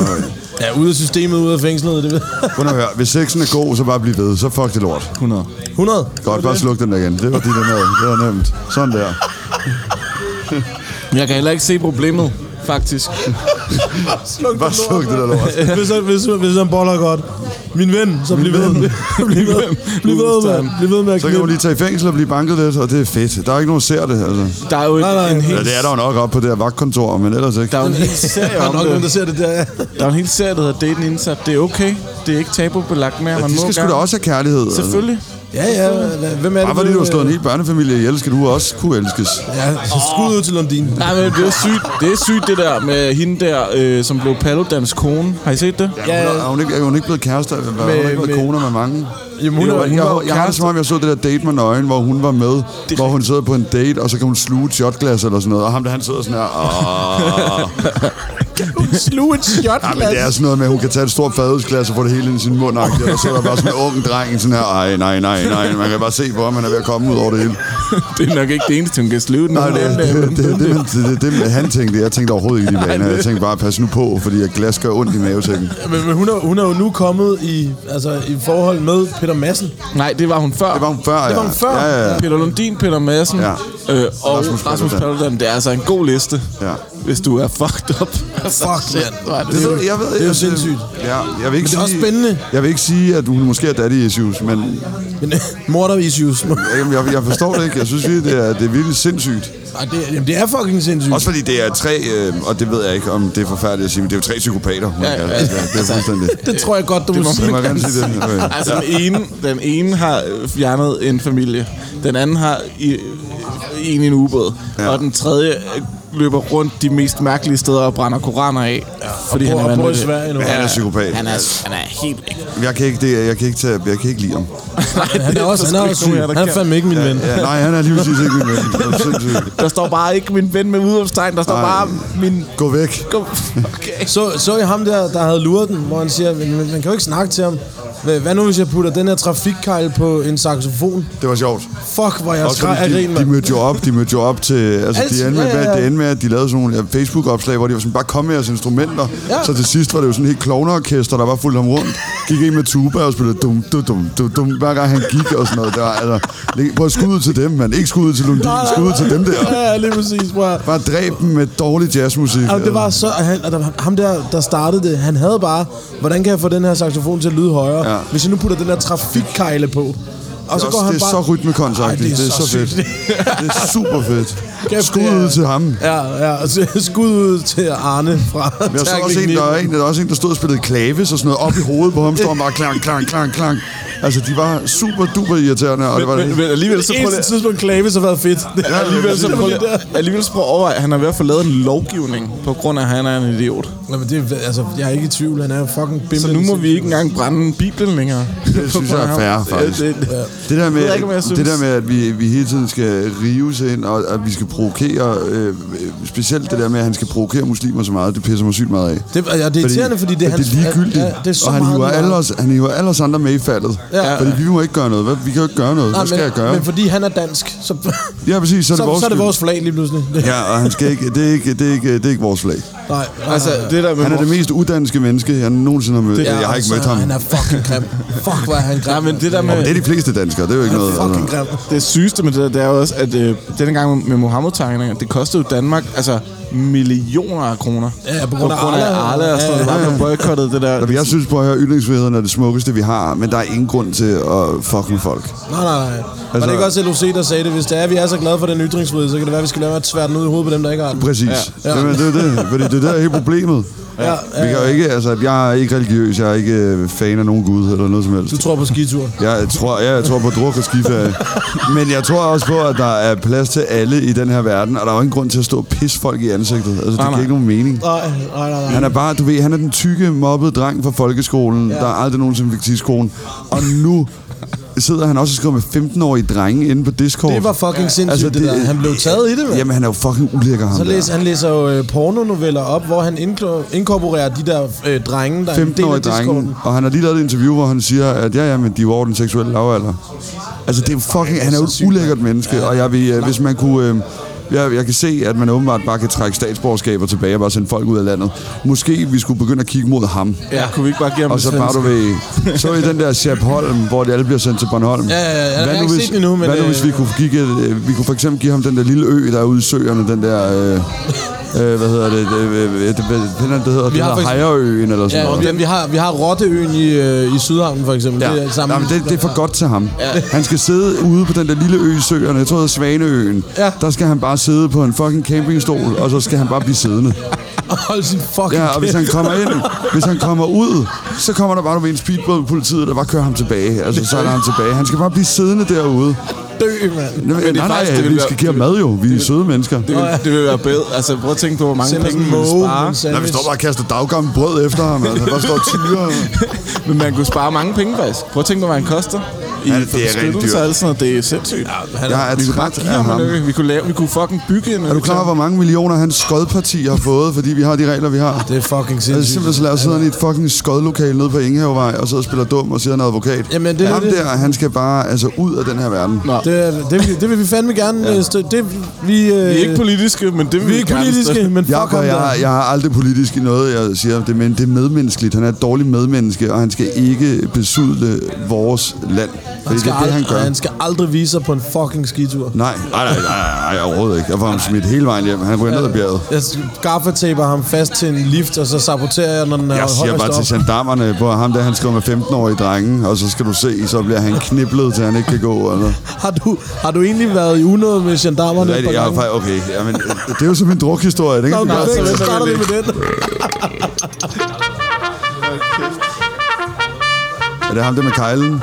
Ja, ude af systemet, ude af fængslet, det ved Prøv nu at høre. Hvis sexen er god, så bare bliv ved. Så fuck det lort. 100. 100. Godt, bare sluk den der igen. Det var dit med. Det var nemt. Sådan der. Jeg kan heller ikke se problemet, faktisk. Sluk Bare sluk det der lort. hvis, han, hvis, hvis han boller godt. Min ven, så bliv ved. bliv ved. Bliv ved, mand. Bliv ved med at Så kan knippe. du lige tage i fængsel og blive banket lidt, og det er fedt. Der er ikke nogen, der ser det, altså. Der er jo Nej, nej. en, en Ja, hel det er der jo nok op på det her vagtkontor, men ellers ikke. Der er jo en hel serie Der er om nok det. nogen, der ser det der. ja. Der er en hel serie, der hedder Daten Indsat. Det er okay. Det er ikke tabubelagt mere. Ja, Man de må skal sgu da gerne. også have kærlighed. altså. Selvfølgelig. Ja, ja. Hvem er det? Bare fordi du har øh, slået en hel børnefamilie ihjel, skal du også kunne elskes. Ja, så skud ud til Lundin. Nej, men det er sygt, det, er sygt, det der med hende der, øh, som blev Paludans kone. Har I set det? Ja, Hun er, er, hun ikke, er hun ikke blevet kærester? Med, hun Med- er ikke blevet med- koner med mange? Jamen, hun Jo, er- jeg, hun var jo jeg, jeg har det som om, jeg så det der date med nøgen, hvor hun var med, hvor hun sidder på en date, og så kan hun sluge et shotglas eller sådan noget, og ham der, han sidder sådan her, "Åh." slug et shot, Ja, men det er sådan noget med, at hun kan tage et stort fadelsglas og få det hele ind i sin mund, og så sidder der bare sådan en ung dreng sådan her, ej, nej, nej, nej, man kan bare se på ham, han er ved at komme ud over det hele. Det er nok ikke det eneste, hun kan slive den. Nej, det, det, det, det, det, det, det, det, det, han tænkte, jeg tænkte overhovedet ikke i de baner. Jeg tænkte bare, pas nu på, fordi at glas gør ondt i mavesækken. Men, men hun, er, hun er jo nu kommet i, altså, i forhold med Peter Madsen. Nej, det var hun før. Det var hun før, ja. Det var hun før. Ja, ja, ja. Peter Lundin, Peter Madsen Ja. ja. øh, og Rasmus Rasmus, Rasmus Paludan. Paludan. Det er altså en god liste, Ja. hvis du er fucked up. Altså, Fuck, shit, mand. hvor er det Det, sygt. ved, jeg ved, altså- det er jo sindssygt. Ja, jeg vil ikke Men det er også sige, spændende. Jeg vil ikke sige, at hun måske er daddy issues, men Men morder issues. jamen, jeg, jeg forstår det ikke. Jeg synes virkelig, det er, det er virkelig sindssygt. Ej, det, jamen, det er fucking sindssygt. Også fordi det er tre, øh, og det ved jeg ikke, om det er forfærdeligt at sige, men det er jo tre psykopater. Ja, ja, ja, det er fuldstændig. Altså, Det tror jeg godt, du må Det sige. må jeg gerne sige det. Okay. Altså, den ene, den ene har øh, fjernet en familie. Den anden har i, øh, en i en ubåd. Ja. Ja. Og den tredje øh, løber rundt de mest mærkelige steder og brænder koraner af. Ja, fordi bor- han er og bor i vanvittig. Sverige nu. Men Han er psykopat. Han er, han er helt væk. Jeg kan ikke, det, jeg kan ikke, tage, jeg kan ikke lide ham. Han er også, han er også syg. Han er fandme ikke min ven. Ja, nej, han er lige præcis ikke min ven. Det er sindssygt. Der står bare ikke min ven med udopstegn. Der står Nej. Ej. bare min... Gå væk. Go- Okay. Så, så I ham der, der havde luret den, hvor han siger, "Men- men man kan jo ikke snakke til ham. Hvad, hvad nu, hvis jeg putter den her trafikkejl på en saxofon? Det var sjovt. Fuck, hvor jeg Også skreg af fordi grin, de, de mand. mødte jo op, de mødte jo op til, altså Altid, de endte med, ja, ja, ja. det endte med, at de lavede sådan nogle ja, Facebook-opslag, hvor de var sådan, bare kom med jeres instrumenter. Ja. Så til sidst var det jo sådan et helt klovneorkester, der var fuldt ham rundt. Gik ind med tuba og spillede dum, dum, dum, dum, dum, hver gang han gik og sådan noget. Det var, altså, læg- prøv at skud ud til dem, mand. Ikke skud ud til Lundin, skud ud til dem der. Ja, lige præcis, bror. Bare dræb dem med dårlig jazzmusik. Og det var så, og han, og der, ham der, der startede det, han havde bare, hvordan kan jeg få den her saxofon til at lyde højere, Ja. ja. hvis jeg nu putter den her trafikkejle på? Og så det går han det er bare... så rytmekontaktligt. Ej, Det, det er så, fedt. sygt. det er super fedt. Kæft, Skud det er- ud til ham. Ja, ja, og så skud ud til Arne fra Men jeg så også en, der, er en, der er også en, der stod og spillede klaves og sådan noget op i hovedet på ham, stod han bare klang, klang, klang, klang. Altså, de var super duper irriterende, og det var Men, men alligevel så Det prøv eneste lige... tidspunkt, Klavis har været fedt. Ja, Alligevel så Det var prøv det lige, der. alligevel så prøv at overveje, han har i hvert fald lavet en lovgivning, på grund af, at han er en idiot. Nå, men det, er- altså, jeg er ikke i tvivl, han er fucking bimlen. Så nu må vi ikke engang brænde Bibelen længere. Det synes jeg er fair, faktisk. Ja, det, Det der med, Jeg ved ikke, om jeg det synes- der med at vi, vi hele tiden skal rives ind, og at vi skal provokerer, øh, øh, specielt det der med, at han skal provokere muslimer så meget, det pisser mig sygt meget af. Det, og det er irriterende, fordi, det er at det er ligegyldigt, Ja, ja, det er så og han meget hiver, ligegyldigt. alle os, han hiver alle os andre med i faldet. Ja. Ja. Fordi vi må ikke gøre noget. Hvad, vi kan jo ikke gøre noget. Hvad skal men, jeg gøre? Men fordi han er dansk, så, Ja, præcis. Så er det så, vores så er det skyld. vores flag lige pludselig. Det, Ja, og han skal ikke, det, er ikke, det, er ikke, det er ikke vores flag. Nej, nej, Altså, nej. det der med... Han er det mest uddanske menneske, jeg nogensinde har mødt. Det- Det, jeg har ikke altså, mødt ham. Han er fucking grim. Fuck, hvor er han grim. Nej, men det der med... Det er de fleste danskere, det er jo ikke Han er noget. fucking altså. grim. Det sygeste med det der, det er jo også, at øh, denne gang med Mohammed-tegningerne, det kostede jo Danmark altså millioner af kroner. Ja, på grund af af Arla. Arla og sådan noget. Ja, Det ja, var blevet boykottet, det der. Jeg synes på, at ytringsfriheden er det smukkeste, vi har, men der er ingen grund til at fucking folk. Nej, nej, nej. Altså, var det Altså- ikke også LOC, der sagde det? Hvis det er, vi er så glade for den ytringsfrihed, så kan det være, at vi skal lade være at tvære den ud i hovedet på dem, der ikke har den. Præcis. Ja. Ja. Jamen, det er det, fordi det er der hele problemet. Ja, ja, Vi kan jo ikke, altså, jeg er ikke religiøs, jeg er ikke øh, fan af nogen gud eller noget som helst. Du tror på skitur. Jeg tror, ja, jeg tror på druk og skiferie. Men jeg tror også på, at der er plads til alle i den her verden, og der er jo ingen grund til at stå og pisse folk i ansigtet. Altså, det Nej, giver nej. ikke nogen mening. Nej, nej, nej. nej. Han er bare, du ved, han er den tykke, mobbede dreng fra folkeskolen, ja. der aldrig nogensinde fik til skolen. Og nu sidder han også og skriver med 15-årige drenge inde på Discord. Det var fucking sindssygt, altså, det, det der. Han blev taget i det, mand. Jamen, han er jo fucking ulækker, ham Så der. læs, han læser jo øh, pornonoveller op, hvor han inklo- inkorporerer de der øh, drenge, der er en del 15-årige af Discorden. drenge, og han har lige lavet et interview, hvor han siger, at ja, ja, men de er jo over den seksuelle lavalder. Altså, det er jo fucking, han er jo et ulækkert menneske, og jeg vil, øh, hvis man kunne... Øh, jeg, jeg kan se, at man åbenbart bare kan trække statsborgerskaber tilbage og bare sende folk ud af landet. Måske vi skulle begynde at kigge mod ham. Ja, kunne vi ikke bare give ham Og en så svensk? bare du ved, så i den der Sjab Holm, hvor de alle bliver sendt til Bornholm. ja, ja, jeg har ikke set den endnu, men, Hvad nu øh, hvis vi kunne, give, øh, vi kunne for eksempel give ham den der lille ø, der er ude i søerne, den der... Øh, øh, hvad hedder det? Øh, øh, øh, det- hvad fanden er det, det hedder? Vi har har faktisk- Hejerøen eller sådan Ja, noget. vi, vi, har, vi har Rotteøen i, øh, i Sydhavnen, for eksempel. Ja. Det er samme, Nej, men det, det er for godt til ham. Ja. Han skal sidde ude på den der lille ø i søerne, jeg tror det er Svaneøen. Ja. Der skal han bare sidde på en fucking campingstol, og så skal han bare blive siddende. Og Hold sin fucking Ja, og hvis han kommer ind, hvis han kommer ud, så kommer der bare du ved en speedbåd politiet, der bare kører ham tilbage. Altså, så er der ham tilbage. Han skal bare blive siddende derude. dø, mand. Nej, nej, nej, faktisk- det vil vi være- skal give ham mad jo. Vi er søde mennesker. Det vil, det vil være bedre. Altså, prøv at tænke på, hvor mange Send os penge en man ville spare. måge. Nej, vi står bare og kaster daggammel brød efter ham. Altså, der står tyre. Men man kunne spare mange penge, faktisk. Prøv at tænke på, hvad han koster. I Ja, ja, det er rent dyrt. Og alt sådan noget. Det er sindssygt. Jeg er træt Ja, af ham. vi, kunne lave, vi kunne fucking bygge en... Er du klar over, hvor mange millioner hans skodparti har fået, fordi vi har de regler, vi har? Det er fucking Altså sindssygt. simpelthen så lader sidder han i et fucking skodlokale nede på Ingehavevej, og sidder og spiller dum og siger, han er advokat. Jamen, det er Ham det. der, han skal bare altså, ud af den her verden. Nå. Det, er- det, vil- det vil vi fandme gerne ja. støtte. Det, vi, øh, Vi er ikke politiske, men det vil vi er ikke gerne politiske, støtte. men fuck Jeg, ham jeg, jeg, der. jeg er aldrig politisk i noget, jeg siger, det, men det er medmenneskeligt. Han er et dårligt medmenneske, og han skal ikke besudle vores land. Fordi det er det, han ald- gør. han skal aldrig vise sig på en fucking skitur. Nej, nej, nej, nej, nej, overhovedet ikke. Jeg får ham smidt hele vejen hjem. Han ryger ned ad bjerget. Jeg gaffataper ham fast til en lift, og så saboterer jeg, når den er Jeg siger højst bare til op. gendarmerne på ham, der han skriver med 15-årige drenge, og så skal du se, så bliver han kniblet, til han ikke kan gå. Eller? Har du, har du egentlig været i unød med gendarmerne? et par Rigtigt, jeg har gange? faktisk... Okay, jamen, det er jo som en drukhistorie. Det kan Nå, vi godt perfekt, se. så starter vi med den. Er det ham der med kejlen?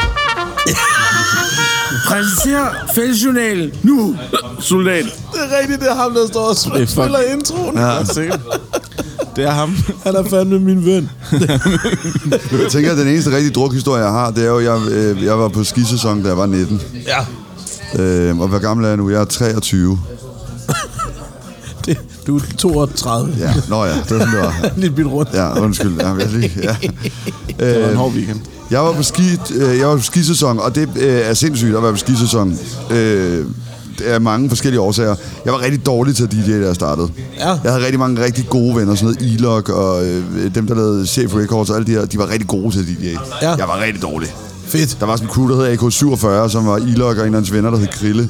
Præsentér fællesjournalen nu, soldat. Det er rigtigt, det er ham, der står og spiller, Det er fuck- spiller introen. Ja. Ja, sikkert. Det er ham. Han er fandme min ven. Jeg tænker, at den eneste rigtige drukhistorie, jeg har, det er jo, jeg, øh, jeg var på skisæson, da jeg var 19. Ja. Øh, og hvor gammel er jeg nu? Jeg er 23. Det, du er 32. Ja, nå ja, det var sådan, det var. Lidt bit rundt. Ja, undskyld. Ja, jeg, lige, ja. Det var en hård weekend. jeg var på ski, øh, jeg var på skisæson, og det øh, er sindssygt at være på skisæson. Øh, det er mange forskellige årsager. Jeg var rigtig dårlig til at DJ, da jeg startede. Ja. Jeg havde rigtig mange rigtig gode venner, sådan noget Elok og øh, dem, der lavede Chef Records og alle de her, de var rigtig gode til at DJ. Ja. Jeg var rigtig dårlig. Fedt. Der var sådan en crew, der hed AK47, som var Ilok og en af hans venner, der hed Krille.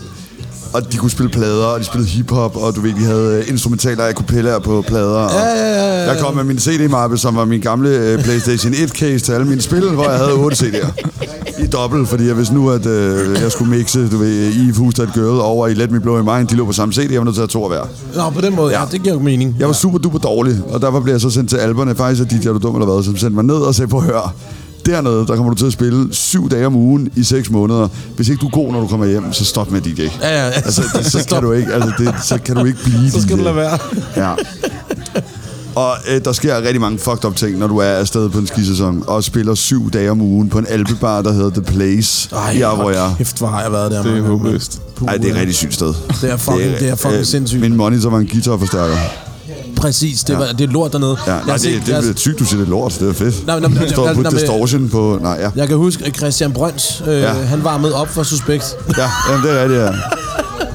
Og de kunne spille plader, og de spillede hiphop, og du ved, de havde øh, instrumentaler af kappeller på plader. Og ja, ja, ja, ja. Jeg kom med min CD-mappe, som var min gamle øh, PlayStation 1-case til alle mine spil, hvor jeg havde 8 CD'er. I dobbelt, fordi jeg vidste nu, at øh, jeg skulle mixe, du ved, i Hus, der Girl over i Let Me Blow In Mind. De lå på samme CD, jeg var nødt til at have to af hver. Nå, på den måde, ja, det giver jo mening. Jeg var super duper dårlig, og derfor blev jeg så sendt til alberne. Faktisk er de, er du dum eller hvad, som sendte mig ned og sagde, på hør, dernede, der kommer du til at spille syv dage om ugen i seks måneder. Hvis ikke du er god, når du kommer hjem, så stop med DJ. Ja, ja, Altså, det, så, stop. kan du ikke, altså det, så kan du ikke blive Så skal DJ. du lade være. Ja. Og øh, der sker rigtig mange fucked up ting, når du er afsted på en skisæson, og spiller syv dage om ugen på en alpebar, der hedder The Place, Ej, i hold Arvoyer. kæft, hvor har jeg været der. Det er mand. håbløst. Ej, det er et rigtig sygt sted. øh, Det er fucking- det er fucking sindssygt. Min monitor var en guitarforstærker. Præcis, det, var, det er lort dernede. Ja, Jeg nej, har det, set- det, jeg har- det, er sygt, du siger det er lort. Det er fedt. Nej, nej, men- der står nej, på nej, men- distortion på... Nej, ja. Jeg kan huske, at Christian Brøns, øh, Ja. ja. han varmede op for Suspekt. Ja, jamen, det er rigtigt,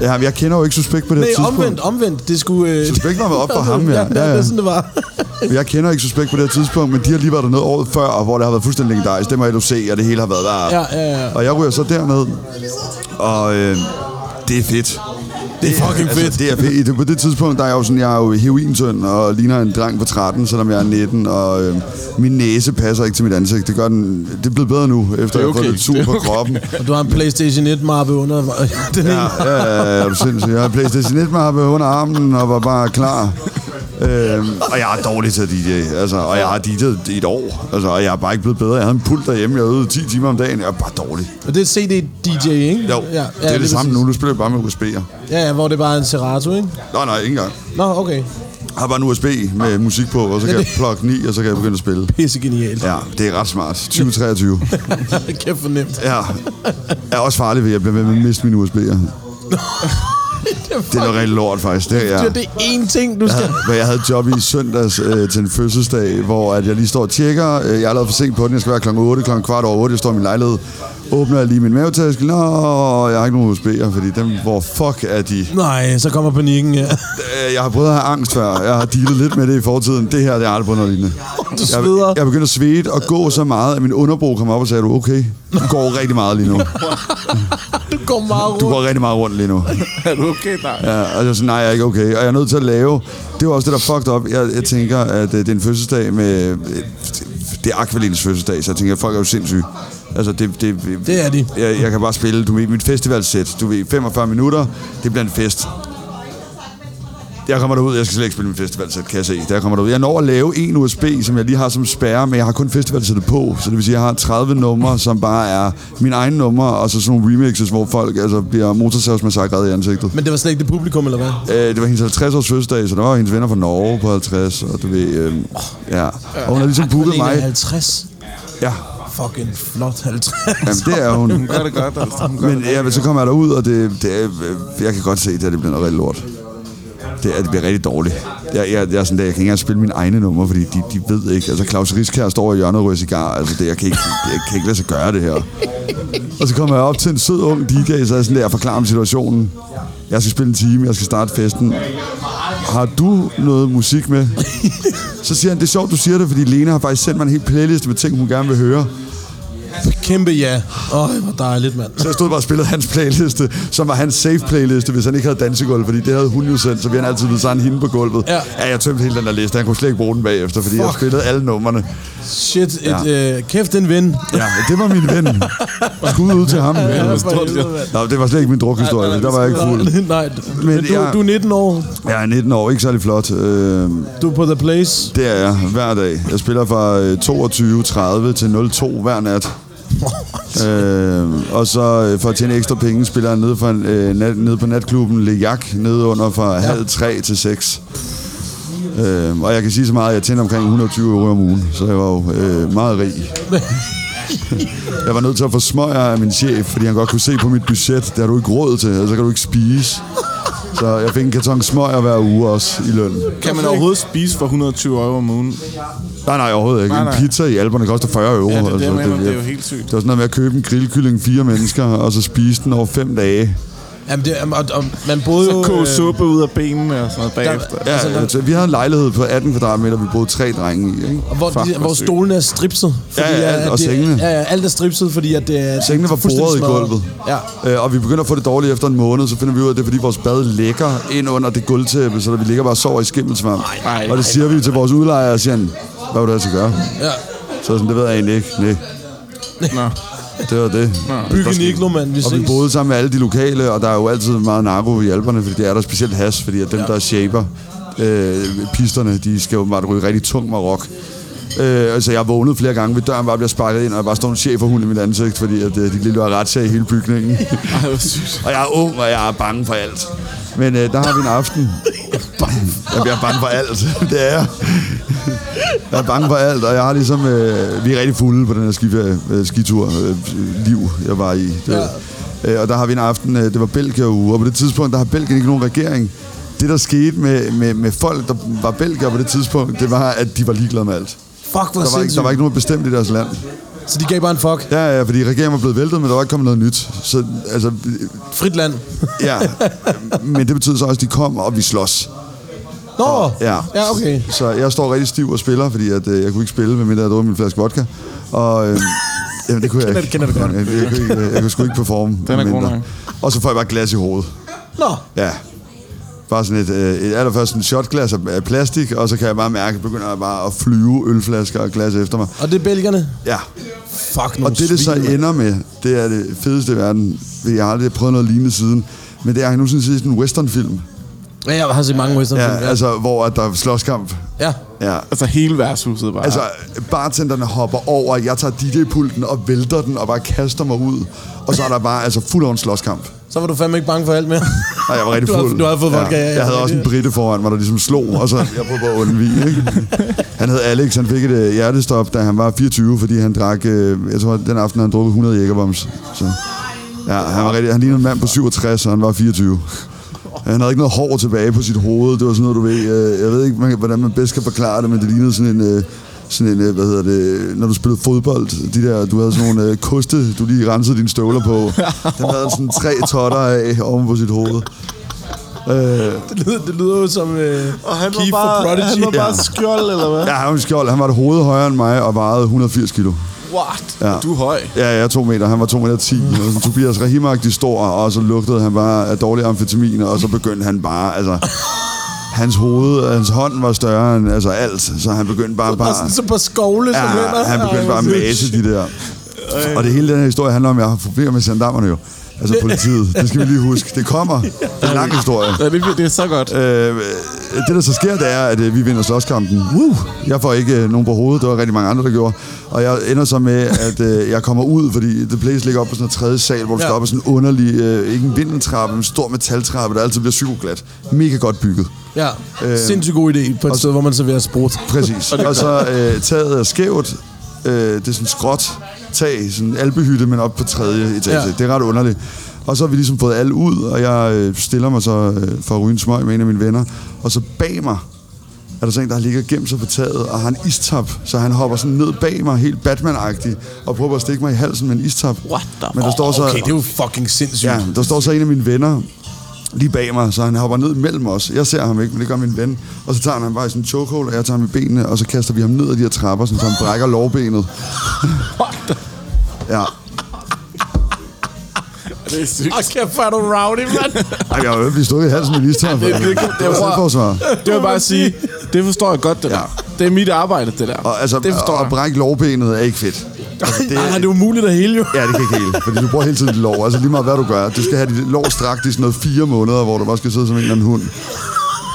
ja. ja. jeg kender jo ikke Suspekt på det her Nej, omvendt, tidspunkt. omvendt. Det skulle... Øh, Suspekt varmede op for ham, ja. ja, Ja, ja. ja. Det er sådan, det var. Jeg kender ikke Suspekt på det her tidspunkt, men de har lige været dernede året før, og hvor det har været fuldstændig legendarisk. Det må LOC, og det hele har været der. Ja, ja, ja. Og jeg ryger så derned, og øh, det er fedt. Det er fucking fedt. Det er fedt. Det- På det tidspunkt, der er jeg jo sådan, jeg er jo heroinsøn og ligner en dreng på 13, selvom jeg er 19, og øh, min næse passer ikke til mit ansigt. Det gør den, det er blevet bedre nu, efter jeg har fået okay. lidt sur Det er på okay. kroppen. Og du har en Playstation 1-mappe under den ja. Ja, ja, ja, ja, er du sindssyg. Jeg har Playstation 1 mappe øh, under armen og var bare klar. Øhm, og jeg er dårlig til at DJ, altså, og jeg har DJ'et i et år, altså, og jeg er bare ikke blevet bedre. Jeg havde en pult derhjemme, jeg øvede 10 timer om dagen, jeg er bare dårlig. Og det er CD-DJ, ikke? Jo, ja, ja, det er det lige samme præcis. nu, du spiller jeg bare med USB'er. Ja, ja, hvor det bare er en Serato, ikke? Nej, nej, ikke engang. Nå, okay. Jeg har bare en USB med musik på, og så kan jeg plukke 9, og så kan jeg begynde at spille. Pisse genialt. Ja, det er ret smart. 2023. Kæft for nemt. Ja. Jeg er også farlig ved, at jeg bliver ved med at miste mine USB'er. Det er noget rigtig lort, faktisk. Det er, Ja. jeg. Det er én ting, du skal... Hvad jeg havde et job i søndags øh, til en fødselsdag, hvor at jeg lige står og tjekker. Øh, jeg er allerede for sent på den. Jeg skal være kl. 8, kl. kvart over 8. Jeg står i min lejlighed. Åbner jeg lige min mavetaske. Nå, jeg har ikke nogen USB'er, fordi dem, hvor fuck er de? Nej, så kommer panikken, ja. Øh, Jeg har prøvet at have angst før. Jeg har dealet lidt med det i fortiden. Det her, det har jeg aldrig prøvet noget lignende. Du Jeg, sveder. jeg begyndte at svede og gå så meget, at min underbo kom op og sagde, du okay, du går rigtig meget lige nu. Du går meget Du rundt. går rigtig meget rundt lige nu. Er du okay, nej? Ja, og jeg er sådan, nej, jeg er ikke okay. Og jeg er nødt til at lave... Det var også det, der fucked op. Jeg, jeg tænker, at øh, det er en fødselsdag med... øh, Det er Aqualins fødselsdag, så jeg tænker, at folk er jo sindssyge. Altså, det, det, Det er de. Jeg, jeg kan bare spille, du ved, mit festivalsæt. Du ved, 45 minutter, det bliver en fest. Jeg kommer derud, jeg skal slet ikke spille min festivalsæt, kan jeg se. Der kommer derud. Jeg når at lave en USB, som jeg lige har som spærre, men jeg har kun festivalsættet på. Så det vil sige, at jeg har 30 numre, som bare er mine egne numre, og så sådan nogle remixes, hvor folk altså, bliver motorsavsmassakret i ansigtet. Men det var slet ikke det publikum, eller hvad? Øh, det var hendes 50-års fødselsdag, så der var hendes venner fra Norge på 50, og du ved, øh, ja. Og hun har ligesom booket Alene er mig. 50. Ja, Fucking flot 50. jamen, det er hun. Hun gør det godt, altså. Hun gør Men det ja, men så kommer jeg derud, og det, det er, øh, jeg kan godt se, at det, her, det bliver noget rigtig lort. Det, er, det bliver rigtig dårligt. Jeg, jeg, jeg, er sådan der, jeg kan ikke engang spille mine egne numre, fordi de, de ved ikke. Altså, Claus Riskær står i hjørnet og ryger cigar. Altså, det, jeg, kan ikke, jeg kan ikke lade sig gøre det her. Og så kommer jeg op til en sød ung DJ, så er jeg sådan der og forklarer om situationen. Jeg skal spille en time, jeg skal starte festen. Har du noget musik med? Så siger han, det er sjovt, du siger det, fordi Lena har faktisk sendt mig en hel playlist med ting, hun gerne vil høre. Kæmpe ja. Åh, oh, hvor dejligt, mand. Så jeg stod bare og spillede hans playliste, som var hans safe playliste, hvis han ikke havde dansegulv, fordi det havde hun jo sendt, så vi havde altid ved sådan hende på gulvet. Ja. ja jeg tømte hele den der liste, han kunne slet ikke bruge den bagefter, fordi Fuck. jeg Fuck. spillede alle numrene. Shit, et, ja. øh, kæft en ven. Ja, det var min ven. Skud ud til ham. Ja, var stort, ja. Nå, det var slet ikke min drukhistorie, for der var jeg ikke fuld. Nej, nej. Men, Men du, jeg- du er 19 år. Jeg er 19 år, ikke særlig flot. Øh, Du er på The Place. det er jeg hver dag. Jeg spiller fra øh, 22.30 til 02 hver nat. Øh, og så øh, for at tjene ekstra penge spiller jeg nede, for, en, øh, nat, nede på natklubben Le Jac, nede under fra ja. halv tre til seks. Øh, og jeg kan sige så meget, at jeg tjener omkring 120 euro om ugen, så jeg var jo øh, meget rig. jeg var nødt til at få smøger af min chef, fordi han godt kunne se på mit budget, det har du ikke råd til, og så kan du ikke spise. Så jeg fik en karton smøger hver uge også i løn. Kan man overhovedet spise for 120 euro om ugen? Nej, nej, overhovedet ikke. Nej, En nej. pizza i Alberne koster 40 euro. Ja, det er det, jeg mener. Det er jo jeg- helt sygt. Det var sådan noget med at købe en grillkylling fire mennesker, og så spise den over fem dage. Jamen, det, og, og, man boede Så jo... koge øh, suppe ud af benene og sådan noget bagefter. Ja, altså, altså, vi havde en lejlighed på 18 kvadratmeter, vi boede tre drenge i. Ikke? Hvor, Fuck, de, hvor hvor sygt. stolen er stripset. Ja, ja, alt- at og det, sengene. Ja, ja, alt er stripset, fordi at det er Sengene var fuldstændig boret i smadret. gulvet. Ja. Øh, og vi begynder at få det dårligt efter en måned, så finder vi ud af, at det er fordi vores bad ligger ind under det gulvtæppe, så vi ligger bare og sover i skimmelsvamp. nej, Og det siger vi til vores udlejer, og siger han, hvad vil du altså gøre? ja. Så er jeg sådan, det ved jeg egentlig ikke. Nej, Nå. det var det. Bygge en iglo, mand. Vi Og vi ses. boede sammen med alle de lokale, og der er jo altid meget narko i alberne, fordi det er der specielt has, fordi at dem, ja. der shaper øh, pisterne, de skal jo bare ryge rigtig tung marok. Øh, altså, jeg vågnede flere gange ved døren, bare bliver sparket ind, og der bare står en cheferhund i mit ansigt, fordi at, øh, de lige løber retssag i hele bygningen. Ej, hvor sygt. og jeg er ung, og jeg er bange for alt. Men øh, der har vi en aften, Jeg bliver bange for alt. Det er jeg. Jeg er bange for alt, og jeg har ligesom... Øh, vi er rigtig fulde på den her skiferie, øh, skitur, øh, liv, jeg var i. Det, øh, og der har vi en aften, øh, det var Belgier uge, og på det tidspunkt, der har Belgien ikke nogen regering. Det, der skete med, med, med folk, der var belgier på det tidspunkt, det var, at de var ligeglade med alt. Fuck, hvor Der var, ikke, sindssygt. der var ikke nogen bestemt i deres land. Så de gav bare en fuck. Ja, ja, fordi regeringen var blevet væltet, men der var ikke kommet noget nyt. Så altså, Frit land. ja. Men det betød så også, at de kom, og vi slås. Nå, Ja. ja okay. Så jeg står rigtig stiv og spiller, fordi at, øh, jeg kunne ikke spille, medmindre jeg havde drukket min flaske vodka. Og, øh, jamen, det kunne jeg Kender- ikke. kender det godt. Jeg, jeg, jeg, kunne ikke- jeg, jeg kunne sgu ikke performe. er god medmindre. nok. Og så får jeg bare et glas i hovedet. Nå, Ja. Bare sådan et, øh, et allerførst sådan et shotglas af af plastik, og så kan jeg bare mærke, at jeg begynder bare at flyve ølflasker og glas efter mig. og det er belgierne. Ja, Fuck, nogle og det, det så svin, mand. ender med, det er det fedeste i verden. Jeg har aldrig prøvet noget lignende siden. Men det er, jeg har nu sådan set en westernfilm. Ja, jeg har set mange western Ja, ja, altså. altså, hvor at der er slåskamp. ja. Ja. Altså hele værtshuset bare. Altså, bartenderne hopper over, jeg tager DJ-pulten og vælter den og bare kaster mig ud. Og så er der bare altså, fuld on slåskamp. Så var du fandme ikke bange for alt mere. Nej, jeg var rigtig Du har- fuld. du har fået vodka, ja, ja, Jeg havde ja. også en britte foran mig, der ligesom slog, og så jeg prøvede at undvige. Ikke? Han hed Alex, han fik et øh, hjertestop, da han var 24, fordi han drak, øh, jeg tror, den aften han drukket 100 jækkerbombs. Så. Ja, han, var rigtig, han lignede en mand på 67, og han var 24. Han havde ikke noget hår tilbage på sit hoved. Det var sådan noget, du ved. øh, Jeg ved ikke, man- hvordan man bedst kan forklare det, men det lignede sådan en... øh, Sådan en, øh, hvad hedder det, når du spillede fodbold, de der, du havde sådan nogle øh, koste, du lige rensede dine støvler på. Den havde sådan tre totter af oven på sit hoved. det, lyder, det lyder jo som øh, og han Keith fra Prodigy. han var bare Ja. skjold, eller hvad? Ja, han var en skjold. Han var et hoved højere end mig og vejede 180 kilo. What? Ja. Du er høj. Ja, jeg er to meter. Han var to meter 10. Og sådan, Tobias Rahimagtig stor, og så lugtede han bare af dårlige amfetaminer, og så begyndte han bare, altså... Hans hoved og hans hånd var større end altså alt, så han begyndte bare... Bare bare sådan Altså, så altså. på skovle, som hænder. ja, han begyndte Ej, bare at hvor mase sindssygt. de der. Og det hele den her historie handler om, at jeg har problemer med gendarmerne jo. Altså politiet. Det skal vi lige huske. Det kommer. Det er en lang historie. Ja, det, det er så godt. Øh, det, der så sker, det er, at øh, vi vinder slåskampen. Woo! Jeg får ikke øh, nogen på hovedet. Det var rigtig mange andre, der gjorde. Og jeg ender så med, at øh, jeg kommer ud, fordi The Place ligger op på sådan en tredje sal, hvor du Ja. ja. skal op ad sådan en underlig, øh, ikke en vindeltrappe, men en stor metaltrappe, der altid bliver psykoglat. Mega godt bygget. Ja, Øh, sindssygt god idé på et sted, hvor man serverer sprut. Præcis. og så øh, taget er skævt. Øh, det er sådan skråt tag, sådan en alpehytte, men op på tredje etage. Ja. Ja. Det er ret underligt. Og så har vi ligesom fået alle ud, og jeg øh, stiller mig så øh, for at ryge en smøg med en af mine venner. Og så bag mig er der sådan en, der ligger gemt sig på taget og har en istap. Så han hopper sådan ned bag mig, helt batman og prøver at stikke mig i halsen med en istap. What the- Men der står så, Okay, det er jo fucking sindssygt. Ja, der står så en af mine venner lige bag mig, så han hopper ned mellem os. Jeg ser ham ikke, men det gør min ven. Og så tager han bare i sådan en chokehold, og jeg tager ham i benene, og så kaster vi ham ned ad de her trapper, sådan, så han brækker lårbenet. ja. Det er sygt. Og kæft, hvor er du rowdy, mand. Ej, jeg har jo blevet stukket i halsen med en istap. det- det- det var selvforsvar. Det vil jeg bare sige, det forstår jeg godt, det der. Ja. Det er mit arbejde, det der. Og altså, det forstår at jeg. brække lårbenet er ikke fedt. Altså, det, Ej, det er umuligt at hele jo. Ja, det kan ikke hele, fordi du bruger hele tiden dit lår. Altså lige meget hvad du gør. Du skal have dit lår strakt i sådan noget fire måneder, hvor du bare skal sidde som en eller anden hund.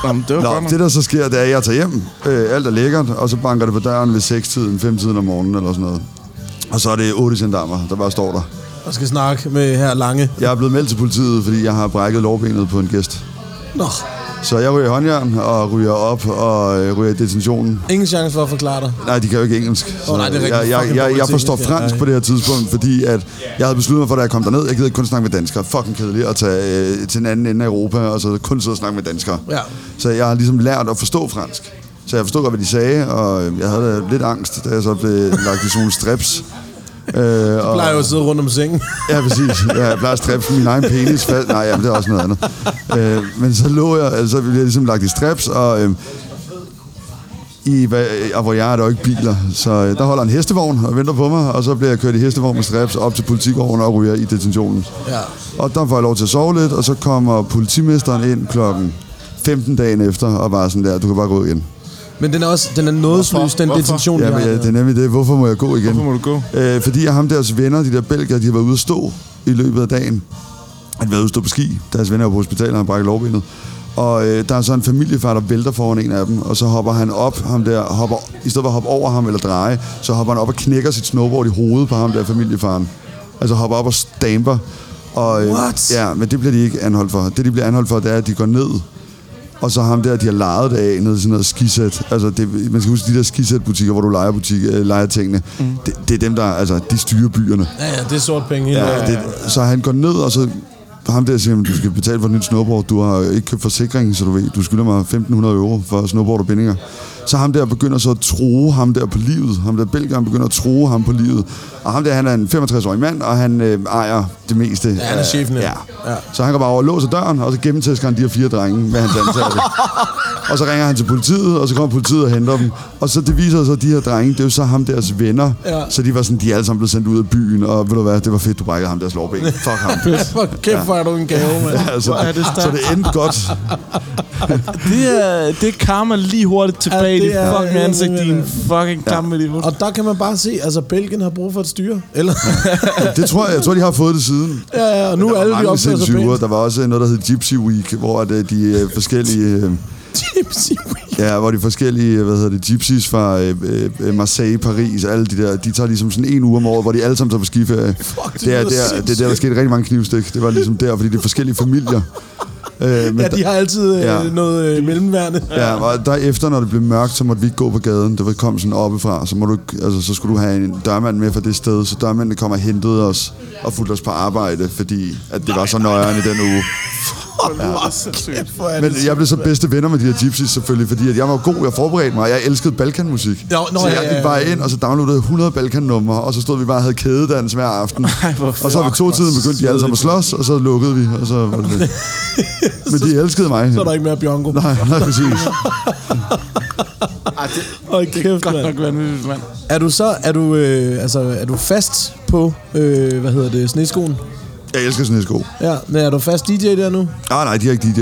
Jamen, det var Nå, godt nok. det der så sker, det er, at jeg tager hjem, øh, alt er lækkert, og så banker det på døren ved 6-tiden, 5-tiden om morgenen eller sådan noget. Og så er det otte gendarmer, der bare står der. Jeg skal snakke med her Lange. Jeg er blevet meldt til politiet, fordi jeg har brækket lårbenet på en gæst. Nå, Så jeg ryger i håndjern og ryger op og øh, ryger i detentionen. ingen chance for at forklare dig. Nej, de kan jo ikke engelsk. Så Åh, nej, det er rigtigt. jeg, jeg, Fucking jeg, jeg dårligt forstår engelsk, ja. fransk på det her tidspunkt, fordi at jeg havde besluttet mig for, da jeg kom derned, jeg gider ikke kun snakke med danskere. Fucking kedeligt at tage øh, til den anden ende af Europa, og så kun sidde og snakke med danskere. Ja. Så jeg har ligesom lært at forstå fransk. Så jeg forstod godt, hvad de sagde, og øh, jeg havde da lidt angst, da jeg så blev lagt i sådan nogle strips. Øh, Jeg og, plejer jo at sidde rundt om sengen. Ja, præcis. Ja, Jeg plejer at strepse min egen penis fast. Nej, jamen, det er også noget andet. Øh, men så lå jeg, altså, så blev jeg ligesom lagt i streps, og... Øh, i, hvad- og hvor jeg er der jo ikke biler, så øh, der holder en hestevogn og venter på mig, og så bliver jeg kørt i hestevogn med straps op til politigården og ryger i detentionen. Ja. Og der får jeg lov til at sove lidt, og så kommer politimesteren ind klokken 15 dagen efter, og bare sådan der, du kan bare gå igen. Men den er også den er nådesløs, den Hvorfor? detention, Ja, vi men har. ja, det er nemlig det. Hvorfor må jeg gå igen? Hvorfor må du gå? Øh, fordi jeg og ham deres venner, de der belgere, de har været ude at stå i løbet af dagen. Han har været ude at stå på ski. Deres venner er på hospitalet, og han brækker lårbenet. Og øh, der er så en familiefar, der vælter foran en af dem, og så hopper han op, ham der, hopper, i stedet for at hoppe over ham eller dreje, så hopper han op og knækker sit snowboard i hovedet på ham der familiefaren. Altså hopper op og stamper. Og, øh, What? Ja, men det bliver de ikke anholdt for. Det, de bliver anholdt for, det er, at de går ned Og så ham der, de har lejet det af, noget sådan noget skisæt. Altså, det, man skal huske, de der skisæt-butikker, hvor du leger, butik, øh, leger tingene, mm. det, det, er dem, der, altså, de styrer byerne. Ja, ja, det er sort penge. hele Ja, vejen. det, så han går ned, og så ham der siger, "Jamen, du skal betale for et nyt snowboard. Du har ikke købt forsikringen, så du ved, du skylder mig 1.500 euro for snowboard og bindinger. Så ham der begynder så at tro ham der på livet. Ham der belgeren begynder at tro ham på livet. Og ham der, han er en 65-årig mand, og han øh, ejer det meste. Ja, han er chefen, ja. ja. ja. Så han går bare over og låser døren, og så gennemtæsker han de her fire drenge med hans ansatte. og så ringer han til politiet, og så kommer politiet og henter dem. Og så det viser sig, at de her drenge, det er jo så ham deres venner. Ja. Så de var sådan, de er alle sammen blevet sendt ud af byen, og ved du hvad, det var fedt, du brækkede ham deres lårben. Fuck ham. Hvor kæft, hvor er du en gave, mand. altså, er det stærkt. så det endte godt. Det er, det er karma lige hurtigt tilbage Ja, ja, i det dit er- fucking ja, ansigt, det er- din fucking klamme ja. Og der kan man bare se, altså Belgien har brug for et styre. Eller, Det tror jeg, jeg tror, de har fået det siden. ja, ja, og nu Der er var alle de mange opfører sig sindssyge uger. pænt. Der var også noget, der hed Gypsy Week, hvor at, øh, de øh, forskellige... øh, Gypsy Week. Ja, hvor de forskellige, øh, hvad hedder det, gypsies fra øh, øh, Marseille, Paris, alle de der, de tager ligesom sådan en uge om året, hvor de alle sammen tager på skiferie. Fuck, det det, er, lyder det, er, det er der, der sindssygt. skete rigtig mange knivstik. Det var ligesom der, fordi det er forskellige familier. Øh, men Ja, de har altid øh, Ja. noget øh, mellemværende. der, ja, og derefter, når det blev mørkt, så måtte vi ikke gå på gaden. Det var kom sådan oppefra, så, må du, ikke- altså, så skulle du have en dørmand med fra det sted, så dørmændene kom og hentede os og fulgte os på arbejde, fordi at det var så nøjeren i den uge. Hvor er Men det jeg blev så bedste venner med de her gypsies selvfølgelig, fordi at jeg var god, jeg forberedte mig, og jeg elskede balkanmusik. Nå, nå, så ja, jeg ja, ja. gik bare ind, og så downloadede jeg 100 balkannumre, og så stod vi bare og havde kædedans hver aften. Ej, hvor og så ved fuck, to hvor tiden begyndte de alle sammen at slås, og så lukkede vi, og så var det det. Men de elskede mig. Så er der ikke mere Bjørnko. Nej, nej, præcis. Hold kæft, Godt mand. nok vanvittigt, mand. Er du så, er du, øh, altså, er du fast på, øh, hvad hedder det, sneskoen? Jeg elsker sådan et sko. Ja, men er du fast DJ der nu? Ah, nej, de har ikke DJ.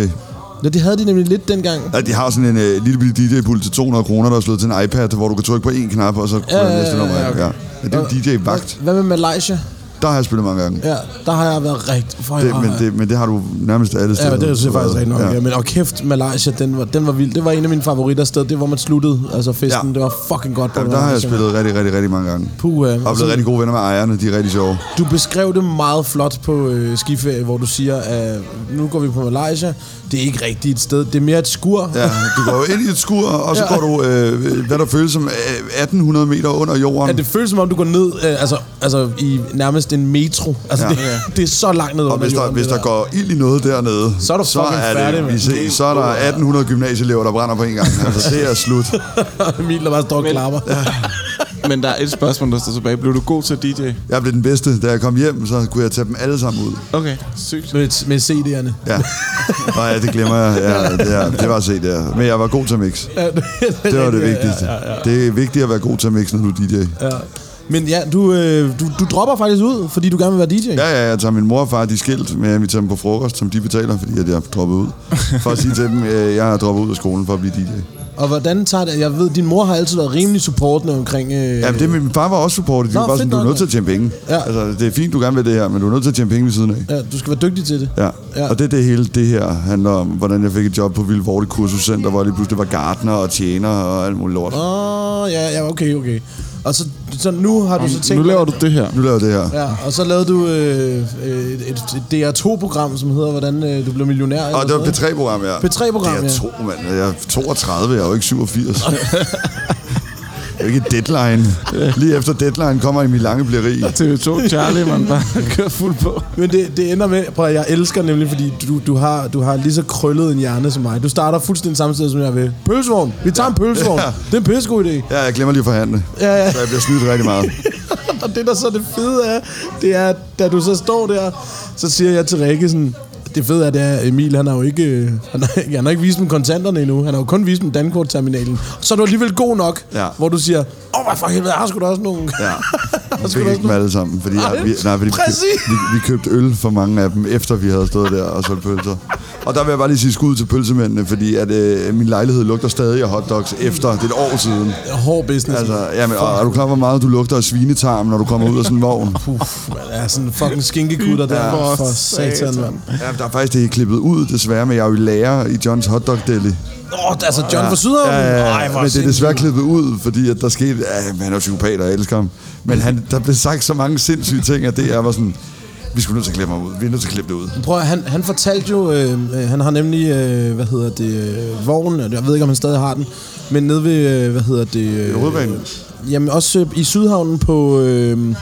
Ja, det havde de nemlig lidt dengang. Ja, de har sådan en øh, lille bitte DJ-pult til 200 kroner, der er slået til en iPad, hvor du kan trykke på én knap, og så Ja, ja, ja, næste ja, nummer. ja, Ja, okay. ja. Men det er jo DJ-vagt. Hvad med Malaysia? Der har jeg spillet mange gange. Ja, der har jeg været rigtig... For Det, men, det, men det har du nærmest alle Ja, steder. men det er jo faktisk rigtigt nok. Ja. Ja. Ja, men og kæft, Malaysia, den var, den var vild. Det var en af mine favoritter sted. Det var, hvor man sluttede altså festen. Ja. Ja. Det var fucking godt. ligesom- Jamen, der har jeg spillet rigtig, rigtig, rigtig mange gange. Puh, ja. Og er blevet rigtig gode venner med ejerne, de er rigtig sjove. Du beskrev det meget flot på øh, skiferie, hvor du siger, at nu går vi på Malaysia. Det er ikke rigtigt et sted. Det er mere et skur. Ja, du går jo ind i et skur, og så Ja. ja. går du, øh, hvad der føles som øh, 1800 meter under jorden. At det føles som om, du går ned øh, altså, altså, i nærmest en metro. Altså, ja. Ja. det, det er så langt ned og under hvis der, jorden, hvis det der går ild i noget dernede, Så er du så fucking er, færdig, mand. det, vi ses, så er der 1800 gymnasieelever, der brænder på en gang. Altså, det er slut. Emil, der bare står og klapper. Ja. Men der er et spørgsmål, der står tilbage. Blev du god til at DJ? Jeg blev den bedste. Da jeg kom hjem, så kunne jeg tage dem alle sammen ud. Okay, sygt. Med, med CD'erne. Ja. Nej, det glemmer jeg. Ja, det, er, det var at se der. Men jeg var god til at mix. Ja, Det var det rigtigt, ja, vigtigste. Det er vigtigt at være god til at mixe, når du er DJ. Ja. Men ja, du, øh, du, du dropper faktisk ud, fordi du gerne vil være DJ. Ja, ja, jeg tager min mor og far, de er skilt, men jeg inviterer dem på frokost, som de betaler, fordi at jeg er droppet ud. For at sige til dem, øh, jeg er droppet ud af skolen for at blive DJ. Og hvordan tager det? Jeg ved, din mor har altid været rimelig supportende omkring... Øh, Jamen, det, min far var også supporter. De Nå, var bare fedt sådan, du er nok, nødt til mand. at tjene penge. Ja. Altså, det er fint, du gerne vil det her, men du er nødt til at tjene penge ved siden af. ja, du skal være dygtig til det. Ja. Ja. ja, og det er det hele, det her handler om, hvordan jeg fik et job på Vildvorte Kursuscenter, hvor jeg lige pludselig var gartner og tjener og alt muligt lort. Åh, oh, ja, ja, okay, okay. Og så, så nu har du så tænkt... Nu laver du det her. Nu laver jeg det her. Ja, og så lavede du øh, øh, et, et, et DR2-program, som hedder, hvordan øh, du blev millionær. eller Og det var sådan noget, P3-program, ja. P3-program, det ja. er to, mand. Jeg er 32, jeg er jo ikke 87. jeg er jo ikke deadline. Lige efter deadline kommer jeg i min lange bliver rig. TV2 Charlie, man bare kører fuld på. ikke? Men det, det ender med... Prøv at jeg elsker nemlig, fordi du, du, har, du har lige så krøllet en hjerne som mig. Du starter fuldstændig samme sted, som jeg vil. Pølsevogn! Vi tager en pølsevogn! Ja. Det er en pissegod idé. Ja, jeg glemmer lige at forhandle. Ja, ja. Så jeg bliver snydt rigtig meget. Og det, der så er det fede er, det er, at da du så står der, så siger jeg til Rikke sådan, det fede er, det er, at Emil, han har jo ikke, øh, han har, ikke- han har ikke vist dem kontanterne endnu. Han har jo kun vist dem Dankort-terminalen. Så er du alligevel god nok, Ja. hvor du siger, åh, hvad for helvede, jeg har sgu da også nogle. Ja. skulle Jeg fik du ikke dem alle sammen, fordi, jeg, vi, nej, fordi vi, Præcis. vi, vi, købte øl for mange af dem, efter vi havde stået der og solgt pølser. Og der vil jeg bare lige sige skud til pølsemændene, fordi at, øh, min lejlighed lugter stadig af hotdogs efter. Det er et år siden. Hård business. Altså, jamen, og, er du klar, hvor meget du lugter af svinetarm, når du kommer ud af sådan en vogn? Puff, man er sådan en fucking skinkekutter der. Ja, for satan, mand. Ja, der er faktisk det er klippet ud, desværre, men jeg er jo i lærer i Johns Hotdog Deli. Åh, oh, altså John ja. fra Sydhavn? Ja, ja, Ej, hvor ja. men det er sindssygt. desværre klippet ud, fordi at der skete... Ja, men han er jo psykopat, og jeg elsker ham. Men han, der blev sagt så mange sindssyge ting, at det er var sådan... Vi skulle nødt til at klippe ham ud. Vi er nødt til at klippe det ud. Prøv at, han, han fortalte jo, øh, øh, han har nemlig, øh, hvad hedder det, øh, vognen, og jeg ved ikke, om han stadig har den, men nede ved, øh, hvad hedder det... Øh, Hovedbanen. Jamen også øh, i Sydhavnen på... Øh,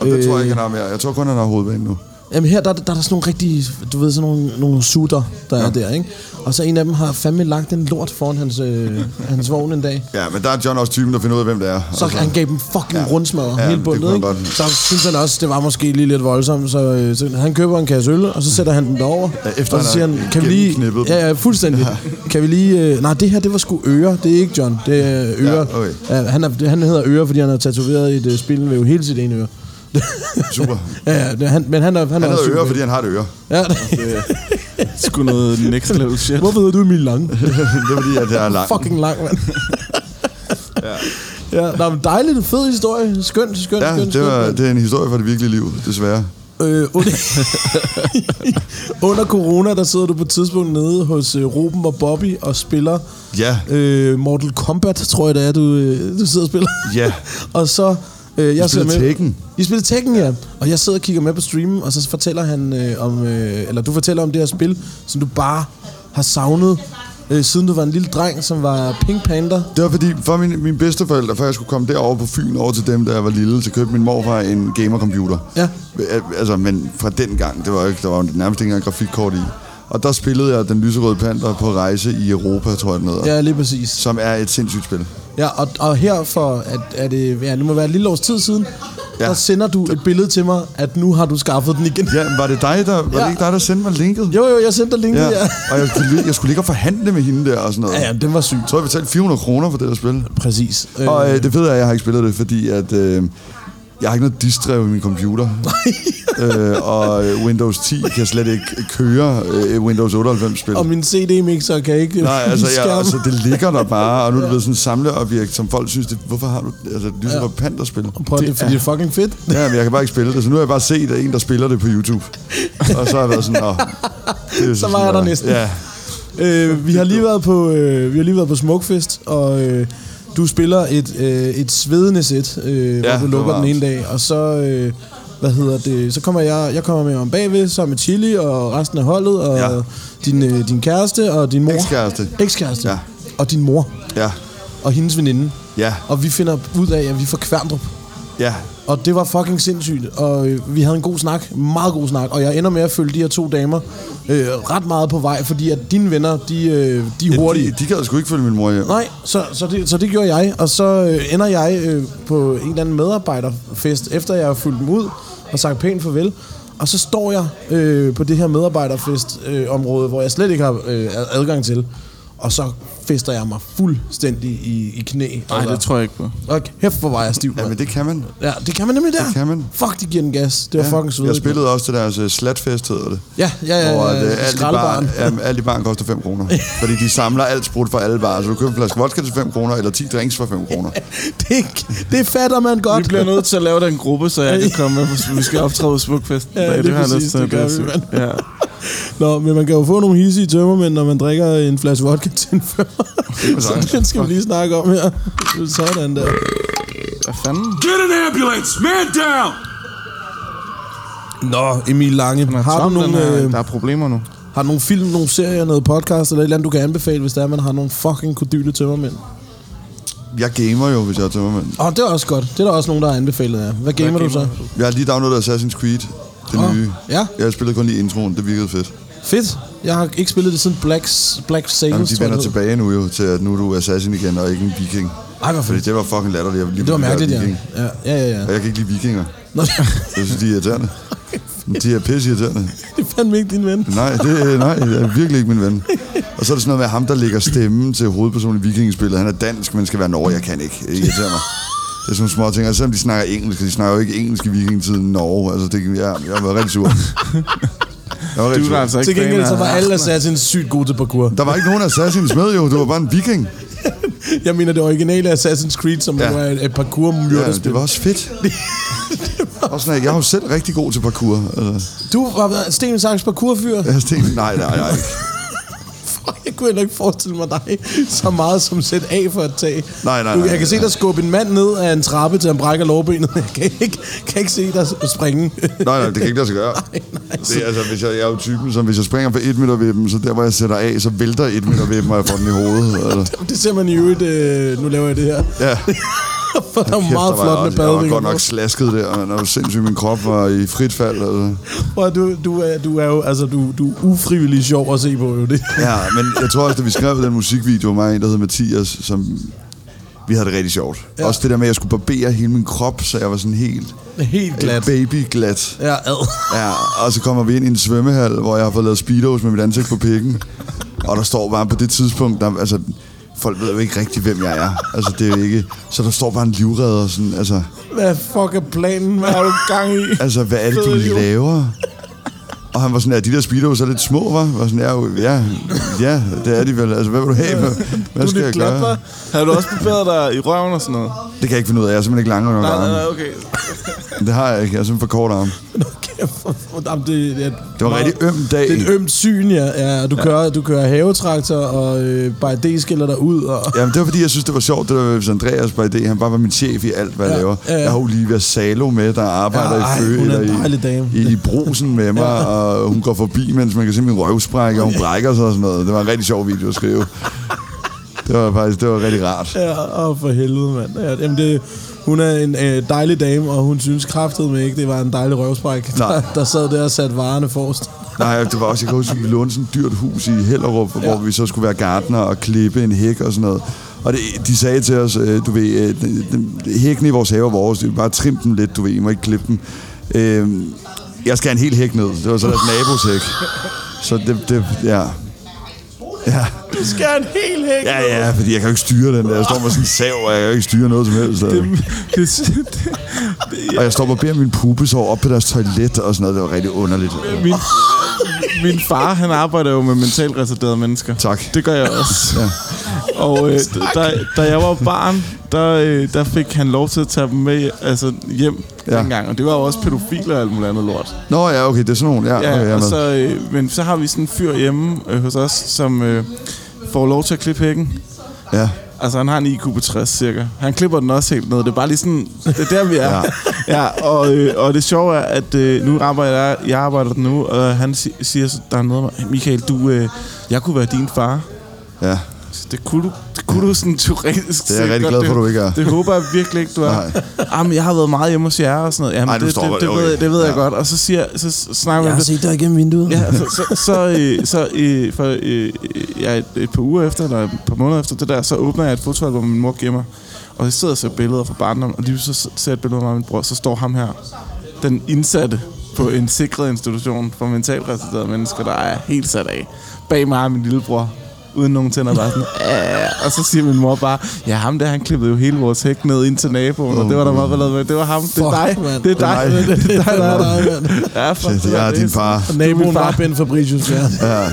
Og det tror jeg ikke, han har mere. Jeg tror kun, han har hovedbanen nu. Jamen her, der, der, der er der sådan nogle rigtige, du ved, sådan nogle, nogle sutter, der ja. er der, ikke? Og så en af dem har fandme lagt en lort foran hans, øh, hans vogn en dag. Ja, men der er John også typen, der finder ud af, hvem det er. Altså, Så han gav dem fucking Ja. ja. rundsmadder Ja, ja, hele det kunne bundet, han ikke? godt. Så synes han også, det var måske lige lidt voldsomt, så, øh, så han køber en kasse øl, og så sætter han den derover. Ja, efter og så han siger har han, kan vi lige... gennemknippet Ja, ja, fuldstændig. Ja. Kan vi lige... Øh, nej, det her, det var sgu øre. Det er ikke John, det er øre. Ja, okay. ja, han, er, han hedder øre, fordi han har tatoveret et øh, spilvæv hele sit ene øre. Super. Ja, ja, det- han, men han er... Han, Han er hedder også øre, super- fordi han har et øre. Ja, det, Sgu noget next level shit. hvorfor hedder du Emil Lange? det er fordi, at jeg er lang. fucking lang, mand. ja. ja. Nå, men dejligt, fed historie. Skønt, skønt, Ja, skønt. det, var, skønt, det er en historie fra det virkelige liv, desværre. Øh, under, under corona, der sidder du på et tidspunkt nede hos øh, Ruben og Bobby og spiller Ja, øh, Mortal Kombat, tror jeg det er, du, øh, du sidder og spiller. Ja. og så... Øh, jeg spiller sidder med, Tekken. I spiller Tekken, ja. Og jeg sidder og kigger med på streamen, og så fortæller han øh, om... Øh, eller du fortæller om det her spil, som du bare har savnet, øh, siden du var en lille dreng, som var Pink Panther. det var fordi, for min, mine bedsteforældre, før jeg skulle komme derover på Fyn, over til dem, da jeg var lille, så købte min morfar en gamercomputer. Ja. Al- Altså, men fra den gang, det var jo ikke, der var jo nærmest ikke engang grafikkort i. Og der spillede jeg den lyserøde panter på rejse i Europa, tror jeg den hedder. Ja, lige præcis. Som er et sindssygt spil. Ja, og, og her for, at, at det, ja, nu må være et lille års tid siden, Ja. ja. der sender du et billede til mig, at nu har du skaffet den igen. Ja, men var det dig, der, var ja. Ja. det ikke dig, der sendte mig linket? Jo, jo, jeg sendte dig linket, Ja. ja. ja. Og jeg skulle, lige- jeg skulle ligge og forhandle med hende der og sådan noget. Ja, den var syg. Jeg tror, jeg betalte 400 kroner for det der spil. Præcis. Øh, Og øh, det fede er, at jeg har ikke spillet det, fordi at, øh, jeg har ikke noget distrev i min computer. øh, og øh, Windows 10 kan slet ikke køre øh, Windows 98-spil. og min CD-mixer kan ikke Nej, altså, jeg, skærme. altså, det ligger der bare, og nu er det blevet sådan et samleobjekt, som folk synes, det, hvorfor har du altså, det lyser ja. på panderspil? Prøv, det, det, fordi det er fucking fedt. Ja, men jeg kan bare ikke spille det, så nu har jeg bare set at en, der spiller det på YouTube. Og så har jeg været sådan, Nå, det er jo Så sådan, var jeg der ja. næsten. Ja, Øh, vi har lige været på øh, vi har lige været på Smukfest og øh, du spiller et øh, et svedende sæt, øh, Ja, ja, hvor det du var lukker den varmt. ene dag og så øh, hvad hedder det? Så kommer jeg jeg kommer med om bagved sammen med Chili og resten af holdet og Ja. ja. din øh, din kæreste og din mor. Ekskæreste. Ekskæreste. Ja. Ja. Og din mor ja, og hendes veninde. ja, Og vi finder ud af at vi får Kværndrup. ja. Og det var fucking sindssygt, og øh, vi havde en god snak, meget god snak, og jeg ender med at følge de her to damer øh, ret meget på vej, fordi at dine venner, de, øh, de er hurtige. De, de gad sgu ikke følge min mor hjem. Nej, så, så, det, så det gjorde jeg, og så øh, ender jeg øh, på en eller anden medarbejderfest, efter jeg har fyldt dem ud og sagt pænt farvel. Og så står jeg øh, på det her medarbejderfestområde, øh, område, hvor jeg slet ikke har øh, adgang til. Og så fester jeg mig fuldstændig i, i knæ. Nej, det tror jeg ikke på. jeg ikke. Hæft, hvor var jeg stiv. Ja, mand. men det kan man. Ja, det kan man nemlig der. Det kan man. Fuck, det giver den gas. Det var ja, fucking svedigt. Jeg spillede også til deres uh, slatfest, hedder det. Ja, ja, ja. Hvor ja, at, ja, uh, alt, i barn, jamen, alt i barn koster 5 kroner. fordi de samler alt sprut fra alle barer. Så du køber en flaske vodka til 5 kroner, eller 10 drinks for 5 kroner. det, det fatter man godt. Vi bliver nødt til at lave den gruppe, så jeg kan komme med, hvis vi skal optræde på Smukfest. Ja, lige præcis, det gør vi, mand. Ja. Nå, men man kan jo få nogle hissige tømmermænd, når man drikker en flaske vodka til en femmer. Så den skal vi lige snakke om her. Sådan der. Hvad fanden? Get an ambulance! Man down! Nå, Emil Lange, har Tom, du nogle, den er, øh, der er problemer nu. har du nogle film, nogle serier, noget podcast eller et eller andet, du kan anbefale, hvis der er, man har nogle fucking kodyle tømmermænd? Jeg gamer jo, hvis jeg er tømmermand. Åh, det er også godt. Det er der også nogen, der har anbefalet af. Hvad gamer, du så? Jeg har lige downloadet Assassin's Creed, det Åh, nye. ja. Jeg spillede kun lige introen, det virkede fedt. Fedt. Jeg har ikke spillet det siden Black, Black Sails. Jamen, de tror jeg, vender det hed. tilbage nu jo, til at nu er du assassin igen, og ikke en viking. Ej, hvor Fordi fedt. det var fucking latterligt. Jeg ville lige Det var blive mærkeligt, ja. viking. Ja, ja, ja. ja. Og jeg kan ikke lide vikinger. Nå, Jeg synes, de er irriterende. De er pisse irriterende. det er fandme ikke din ven. Nej, det, øh, nej, det er virkelig ikke min ven. Og så er det sådan noget med ham, der lægger stemmen til hovedpersonen i vikingespillet. Han er dansk, men skal være Norge. Jeg kan ikke. Det irriterer mig. Det er sådan nogle små ting. Og selvom de snakker engelsk, og de snakker jo ikke engelsk i vikingetiden i Norge. Altså, det, jeg, jeg var rigtig sur. Jeg var Du rigtig er sur. altså ikke Til gengæld fan så af- var alle assassins sygt gode til parkour. Der var ikke nogen assassins med, jo. Det var bare en viking. Jeg mener det originale Assassin's Creed, som Ja. ja. var et, et parkour Ja, myrderspil. det var også fedt. Også sådan, at jeg er jo selv rigtig god til parkour. Altså, Du var Sten Sangs parkourfyr. jeg tænkte, nej, nej, nej. Fuck. kunne heller ikke forestille mig dig så meget som sæt af for et tag. Nej, nej, Du- nej, Jeg kan se nej. dig skubbe en mand ned af en trappe, til han brækker lårbenet. Jeg kan ikke, kan ikke se dig springe. Nej, nej, det kan ikke lade sig gøre. Nej, nej. Det, er altså, hvis jeg, jeg er jo typen, som hvis jeg springer for et meter ved dem, så der, hvor jeg sætter af, så vælter et meter ved dem, og jeg får den i hovedet. Altså. Det ser man i øvrigt, øh, nu laver jeg det her. Ja. For der er meget Kæft, der var flot jeg med også- Jeg var badevinger. godt nok slasket der, og jeg var sindssygt, min krop var i frit fald. Altså. Prøv at- Du, du, er, du er jo altså, du, du er ufrivillig sjov at se på, jo det. Ja, men jeg tror også, da vi skrev den musikvideo, mig og en, der hed Mathias, som vi havde det rigtig sjovt. Ja. Også det der med, at jeg skulle barbere hele min krop, så jeg var sådan helt Helt glat. babyglat. Ja, ad. Ja, og så kommer vi ind i en svømmehal, hvor jeg har fået lavet speedos med mit ansigt på pikken. Og der står bare på det tidspunkt, der, altså, folk ved jo ikke rigtigt, hvem jeg er. Altså, det er jo ikke... Så der står bare en livredder og sådan, altså, Hvad fuck er planen? Hvad har du gang i? altså hvad er det, Fed du idiot. laver? Og han var sådan, ja, de der speedos er lidt små, hva? Jeg Var sådan, ja, jo, ja, ja, det er de vel. Altså, hvad vil du have? Hvad, hvad Du er skal jeg lidt glat, gøre? hva'? Har du også barberet dig i røven og sådan noget? Det kan jeg ikke finde ud af. Jeg er simpelthen ikke lang nok arme. okay. Det har jeg ikke. Jeg er simpelthen for kort arm. Nå, kæft, hvor- hvor- jamen, Det, det, Det var en rigtig øm dag. Det er et ømt syn, ja. ja du, kører, du kører havetraktor, og øh, bare det skiller dig ud. Og, Jamen, det var fordi, jeg synes, det var sjovt, det der med Andreas var idé. Han bare var min chef i alt, hvad jeg Ja, laver. ja, ja. Jeg har Olivia Salo med, der arbejder Ja, i ej, Fø, hun er en eller dejlig dame. i, i, i brusen med mig, og hun går forbi, mens man kan se min røvsprække, og hun brækker sig og sådan noget. Det var en rigtig sjov video at skrive. Det var faktisk det var rigtig rart. ja, og for helvede, mand. Ja, jamen, det, hun er en øh, dejlig dame, og hun synes kraftedeme med ikke, det var en dejlig røvspræk, Nej. der, der sad der og satte varerne forrest. Nej, altså, det var også, jeg kan huske, vi lånte sådan et dyrt hus i Hellerup, ja. hvor vi så skulle være gartner og klippe en hæk og sådan noget. Og det, de sagde til os, øh, du ved, øh, den- den- hækken i vores have er vores, vi bare trim dem lidt, du ved, I må ikke klippe dem. Øh, jeg skal have en hel hæk ned. Det var så deres naboshæk. Så det, det, ja. Ja. Du skal en hel hæk. ja, ja, fordi jeg kan jo ikke styre den der. Jeg står med sådan en sav, og jeg kan jo ikke styre noget som helst. altså. det, det, Og jeg står og beder min puppe så op på deres toilet og sådan noget. Det var rigtig underligt. min, min far, han arbejder jo med mentalt retarderede mennesker. Tak. Det gør jeg også. Ja. Og øh, da, da jeg var barn, der, øh, der fik han lov til at tage dem med altså, hjem Ja. ja. dengang. Og det var jo også pædofiler og alt muligt andet lort. Nå ja, okay, det er sådan nogle. Ja, okay, jeg Ja, er og med. så, øh, men så har vi sådan en fyr hjemme øh, hos os, som øh, får lov til at klippe hækken. ja. Altså, han har en IQ på 60 cirka. Han klipper den også helt ned. Det er bare lige sådan, det er der, vi er. ja. Ja. ja og, øh, og det sjove er, at øh, nu arbejder jeg, jeg arbejder der nu, og han si- siger, så- der er noget med, Michael, du, øh, jeg kunne være din far. ja. Så Det kunne du, det kunne du sådan teoretisk Det er jeg set rigtig godt. glad for, Det- du ikke er. Det håber jeg virkelig ikke, du er. Nej. Jamen, jeg har været meget hjemme hos jer og sådan noget. Jamen, Ej, nu det, det, stopper det, det. det, ved, jeg- det ved Okay. jeg Ja. godt. Og så, siger, så så snakker vi Jeg om har det. set dig igennem vinduet. Ja, så, så, så, øh, så, øh, for, øh, ja, et, et par uger efter, eller et par måneder efter det der, så åbner jeg et fotoalbum, min mor giver mig. Og jeg sidder og ser billeder fra barndommen, og lige så ser jeg et billede af mig og min bror, så står ham her, den indsatte på en sikret institution for mentalt retarderede mennesker, der er helt sat af. Bag mig er min lillebror, uden nogen tænder, bare sådan, "Ah." og så siger min mor bare, ja, ham der, han klippede jo hele vores hæk ned ind til naboen, og det var der meget ballade med. Det var ham, det er Fuck, dig, mand. det er dig, Det er mig. det er dig, der er Det der. er dig, mand. Ja, fuck, Shit, det var jeg er din det. far. Naboen far. var Ben Fabricius, ja. Ja.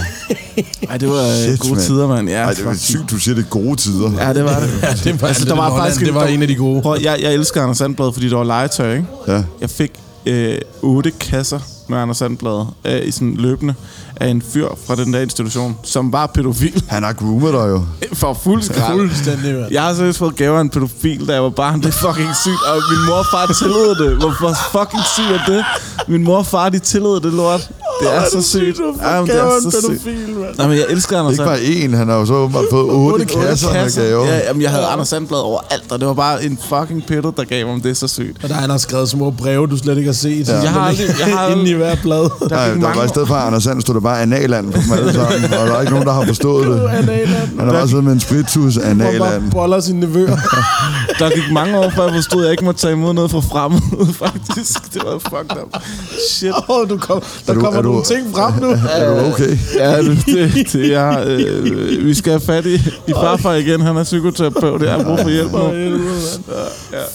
Ej, det var Shit, Shit, gode mand. tider, mand. Ja, Ej, det er fuck. sygt, du siger, det er gode tider. Ja, det var det. det var- altså, det der var var faktisk Holland. Det var der- en af de gode. Prøv, jeg, jeg elsker Anders Sandblad, fordi der var legetøj, ikke? Ja. Jeg fik øh, otte kasser med Anders Sandblad øh, i sådan løbende af en fyr fra den der institution, som var pædofil Han har groomet dig jo. for fuld skrald. Fuldstændig, mand. Jeg har seriøst fået gaver af en pædofil, da jeg var barn. Det er fucking sygt. Og min mor og far tillod det. Hvorfor fucking sygt er det? Min mor og far, de tillod det lort. Det er så sygt. Jamen, det er så sygt. Nej, men jeg elsker Anders Ikke bare én, han har jo så åbenbart fået otte kasser med gaver. Ja, jamen, jeg havde Anders Sandblad overalt, og det var bare en fucking pitte, der gav mig det er så sygt. Og der han har skrevet små breve, du slet ikke har set. Ja. Jeg har aldrig- jeg har Inden i hver blad. Nej, gik der mange var i stedet for, at Anders Sand stod der bare analand på dem alle sammen, og der er ikke nogen, der har forstået det. Analand. Han har bare siddet med en spritus Hvor analand. bare boller sine nevøer. Der gik mange år, før jeg forstod, at jeg ikke måtte tage imod noget fra fremmede, faktisk. Det var fucked up. Shit. Åh, du kom, der Er du- kommer er du- nogle ting frem nu. Er du okay? Ja, det, det, det er, øh, vi skal have fat i, i farfar igen. Han er psykoterapeut. Jeg har brug for hjælp For nu. helvede, mand.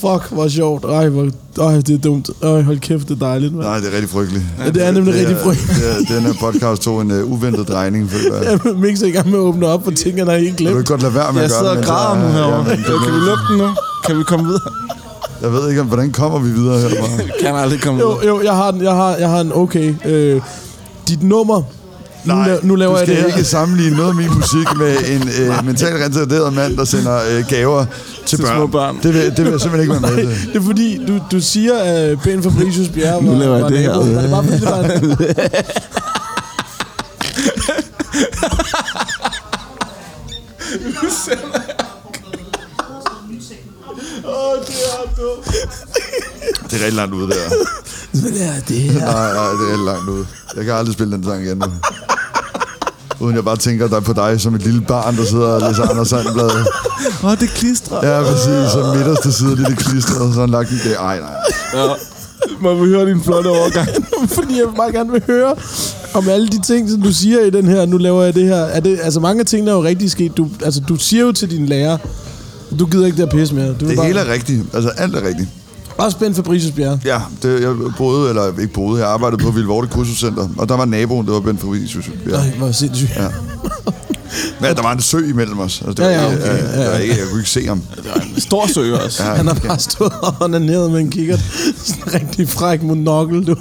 Fuck, hvor sjovt. Ej, hvor, ej, det er dumt. Ej, hold kæft, det er dejligt, mand. Nej, det er rigtig frygteligt. Ja, det er nemlig Det er- rigtig frygteligt. det er- Den her podcast tog en øh, uventet drejning. føler jeg. Jeg er ikke i gang med at åbne op for ting, han har helt Kan du glemt. ikke godt lade være med Jeg at gøre sidder og det, mens græder jeg- nu herovre. Ja, men det er Kan vi noget- lukke den nu? Kan vi komme videre? Jeg ved ikke, om- hvordan kommer vi videre herfra? Kan aldrig komme Jo, videre. jo, jeg har den, jeg har, jeg har en okay. Øh, dit nummer nu, la- nu laver du jeg skal det her. ikke sammenligne noget af min musik med en øh, mentalt retarderet mand, der sender øh, gaver til, Til børn. små børn. Det, vil, det vil jeg simpelthen ikke være med til. Det er fordi, du, du siger, at Ben Fabricius Bjerre var, laver jeg var det her. nabo. Var det bare fordi, det var en... Det er rigtig langt ude der. Nej, nej, det er rigtig langt ude. Jeg kan aldrig spille den sang igen nu. Uden jeg bare tænker dig på dig som et lille barn, der sidder og læser Anders Sandblad. Åh, det klistrer. Ja, præcis. Som midterste side, det er det klistret, og så har han lagt en det. Ej, nej. Må vi høre din flotte overgang? fordi jeg meget gerne vil høre om alle de ting, som du siger i den her, nu laver jeg det her. Er det, altså mange af tingene er jo rigtig sket. Du, altså, du siger jo til din lærer, du gider ikke det her pisse mere. Du vil Det bare, hele er rigtigt. Altså, alt er rigtigt. Også Ben Fabricius Bjerre. Ja, det, jeg boede, eller ikke boede, jeg arbejdede på Vildvorte Kursuscenter, og der var naboen, det var Ben Fabricius. Ja. Nej, hvor sindssygt. Ja. Men der var en sø imellem os. Altså, det var Ja, ja, ikke, okay. øh, der var ikke, jeg kunne ikke se ham. Stor søger også. Han har bare stået og onaneret med en kikkert. Sådan en rigtig fræk monokkel, du.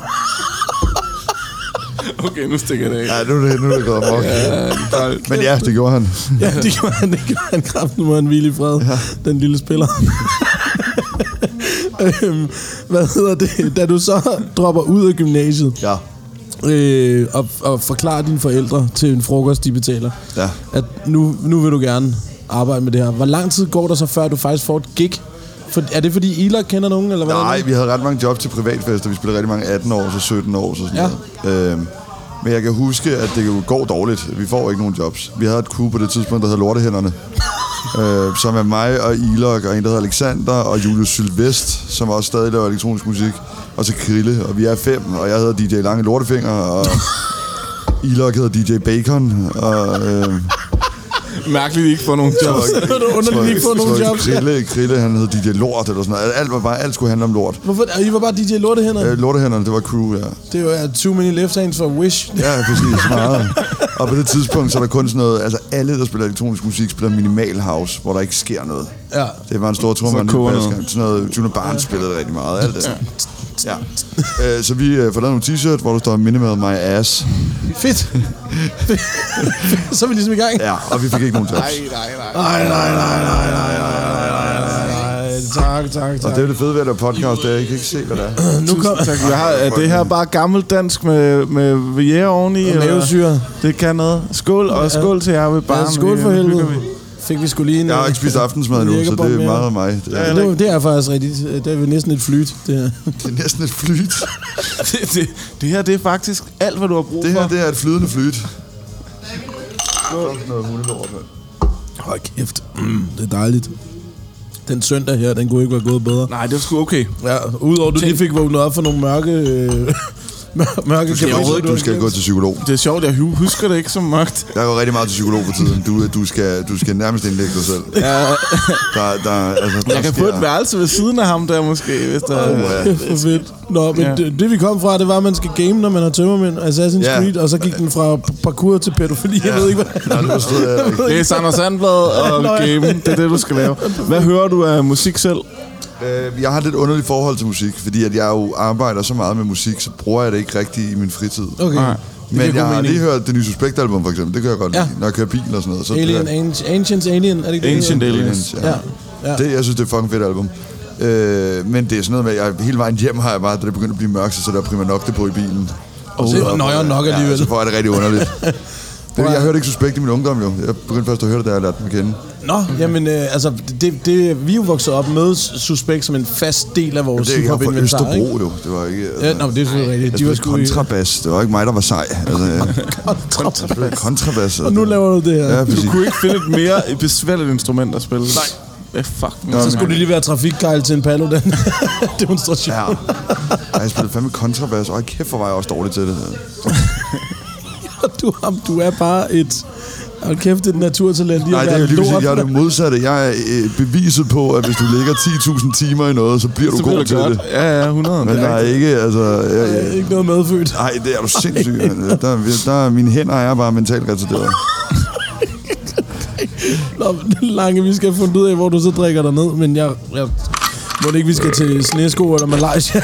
Okay, nu stikker det af. Ja, nu er det, nu er det gået amok. Men ja, det gjorde han. Ja, det gjorde han ikke. Han kræft, nu må han hvile i fred, ja. den lille spiller. øhm, hvad hedder det? Da du så dropper ud af gymnasiet, Ja. øh, og, og forklare dine forældre til en frokost, de betaler, Ja. at nu, nu vil du gerne arbejde med det her. Hvor lang tid går der så, før du faktisk får et gig? For, er det fordi Ila kender nogen, eller hvad? Nej, vi havde ret mange job til privatfester. Vi spillede rigtig mange 18 år, så 17 år, så sådan Ja. noget. Øhm, men jeg kan huske, at det jo går dårligt. Vi får ikke nogen jobs. Vi havde et crew på det tidspunkt, der hed Lortehænderne. øh, som er mig og Ilok og en, der hedder Alexander og Julius Sylvest, som også stadig laver elektronisk musik. Og så Krille, og vi er fem, og jeg hedder DJ Lange Lortefinger, og Ilok hedder DJ Bacon, og... Øh, Mærkeligt, at I ikke får nogen jobs. Det var underligt, at I ikke får nogen tror, jobs. Krille, Krille, han hed DJ Lort eller sådan noget. Alt, var bare, alt skulle handle om lort. Hvorfor? Og I var bare DJ Lortehænder. Øh, Lortehænderne, det var crew, ja. Det var uh, Too Many Left Hands for Wish. Ja, præcis. Meget. Og på det tidspunkt, så er der kun sådan noget... Altså, alle, der spiller elektronisk musik, spiller minimal house, hvor der ikke sker noget. Ja. Det var en stor trummer, en koger basgang. noget. Sådan noget, Juno Barnes spillede rigtig meget. Alt det der. Ja. Øh, så vi øh, får lavet nogle t-shirt, hvor der står Minimal My Ass. Fedt. så er vi ligesom i gang. Ja, og vi fik ikke nogen jobs. Nej, nej, nej, nej, nej, nej, nej, nej, nej, nej. Tak, tak, Og det er tak. jo det fede ved at lave podcast, det er, at jeg kan ikke se, hvad det er. Nu kom... Tak, jeg har, er det her bare gammeldansk med, med jæger oveni? eller? Mavesyre. Det kan noget. Skål, og skål til jer ved bare. Ja, skål for helvede. Fik vi skulle lige en... øh, Jeg har ikke spist aftensmad endnu, så det er meget af mig. Det er, Det, var- det er faktisk rigtigt. Øh, Det er vel næsten et flyt, det her. det er næsten et flyt. Det, det, det her, det er faktisk alt, hvad du har brug Det for. her, det er et flydende flyt. Sådan noget hundelort, mand. Hold kæft. Mm, det er dejligt. Den søndag her, den kunne ikke være gået bedre. Nej, det var sgu okay. Ja, udover du lige fik vågnet op for nogle mørke... Øh, mør- mørke Du skal overhovedet ikke, du skal gå til psykolog. Det er sjovt, jeg hu- husker det ikke så mørkt. Jeg går rigtig meget til psykolog for tiden. Du, du, skal, du skal nærmest indlægge dig selv. Ja. Der, der, altså, der Jeg kan få et værelse ved siden af ham der måske, hvis Oh der... Ja. Kæft, hvor fedt. Nå, men Ja. ja. det, det, vi kom fra, det var, at man skal game, når man har tømmermænd og Assassin's Ja. ja. Creed, og så gik den fra p- parkour til pædofili. Jeg ved ikke, hvad... Nej, nu forstod jeg det ikke. Læs Anders Sandblad og Nå, ja. game. Det er det, du skal lave. Hvad hører du af musik selv? Øh, Jeg har et lidt underligt forhold til musik, fordi at jeg jo arbejder så meget med musik, så bruger jeg det ikke rigtigt i min fritid. Okay. Nej. giver Men god jeg har mening. lige hørt det nye Suspekt-album, for eksempel. Det kan jeg godt lide, Ja. når jeg kører bil og sådan noget. Så Alien, det, Ancient, Ancient Alien, er det ikke Ancient det? Aliens. Aliens, Ja. ja. ja. Det, jeg synes, det er et fucking fedt album. Øh, men det er sådan noget med, at jeg, hele vejen hjem har jeg bare, da det begyndte at blive mørkt, så sætter jeg prima nocte på i bilen. Oh, det var nøjere nok Ja, alligevel. så får jeg det rigtig underligt. det, jeg hørte ikke Suspekt i min ungdom, jo. Jeg begyndte først at høre det, da jeg lærte dem at kende. Nå, jamen, øh, altså, det, det, vi er jo vokset op med Suspekt som en fast del af vores Det er jeg fra hiphop-inventar, ikke? Østerbro, jo. Det var ikke... Altså, Ja, nå, men det er selvfølgelig rigtigt. jeg De var spillede sgu i kontrabas. Det var ikke mig, der var sej. Altså, jeg spillede kontrabas. kontrabas. altså. Og nu laver du det her. Ja, Ja, Du præcis. kunne ikke finde et mere besværligt instrument at spille. Nej. Hvad fuck? så skulle det lige være trafikkejl til en palo, den demonstration. Ja. Ja. Ej, jeg spillede fandme kontrabas. Og kæft, hvor var jeg også dårlig til det. Du, ham, du er bare et... Hold kæft, et naturtalent. i at Nej, det være er jo lige præcis, lort. jeg er det modsatte. Jeg er øh, beviset på, at hvis du lægger 10.000 timer i noget, så bliver du Så bliver god det til godt. det. Ja, ja, 100. Men Det er der er ikke, altså... Jeg, Øh, jeg, Ikke noget medfødt. ej, det er du sindssyg. mand. Der, der, der, mine hænder er bare mentalt retarderet. Nå, men, Lange, vi skal have fundet ud af, hvor du så drikker dig ned, men jeg... jeg må det ikke, vi skal til snesko eller Malaysia?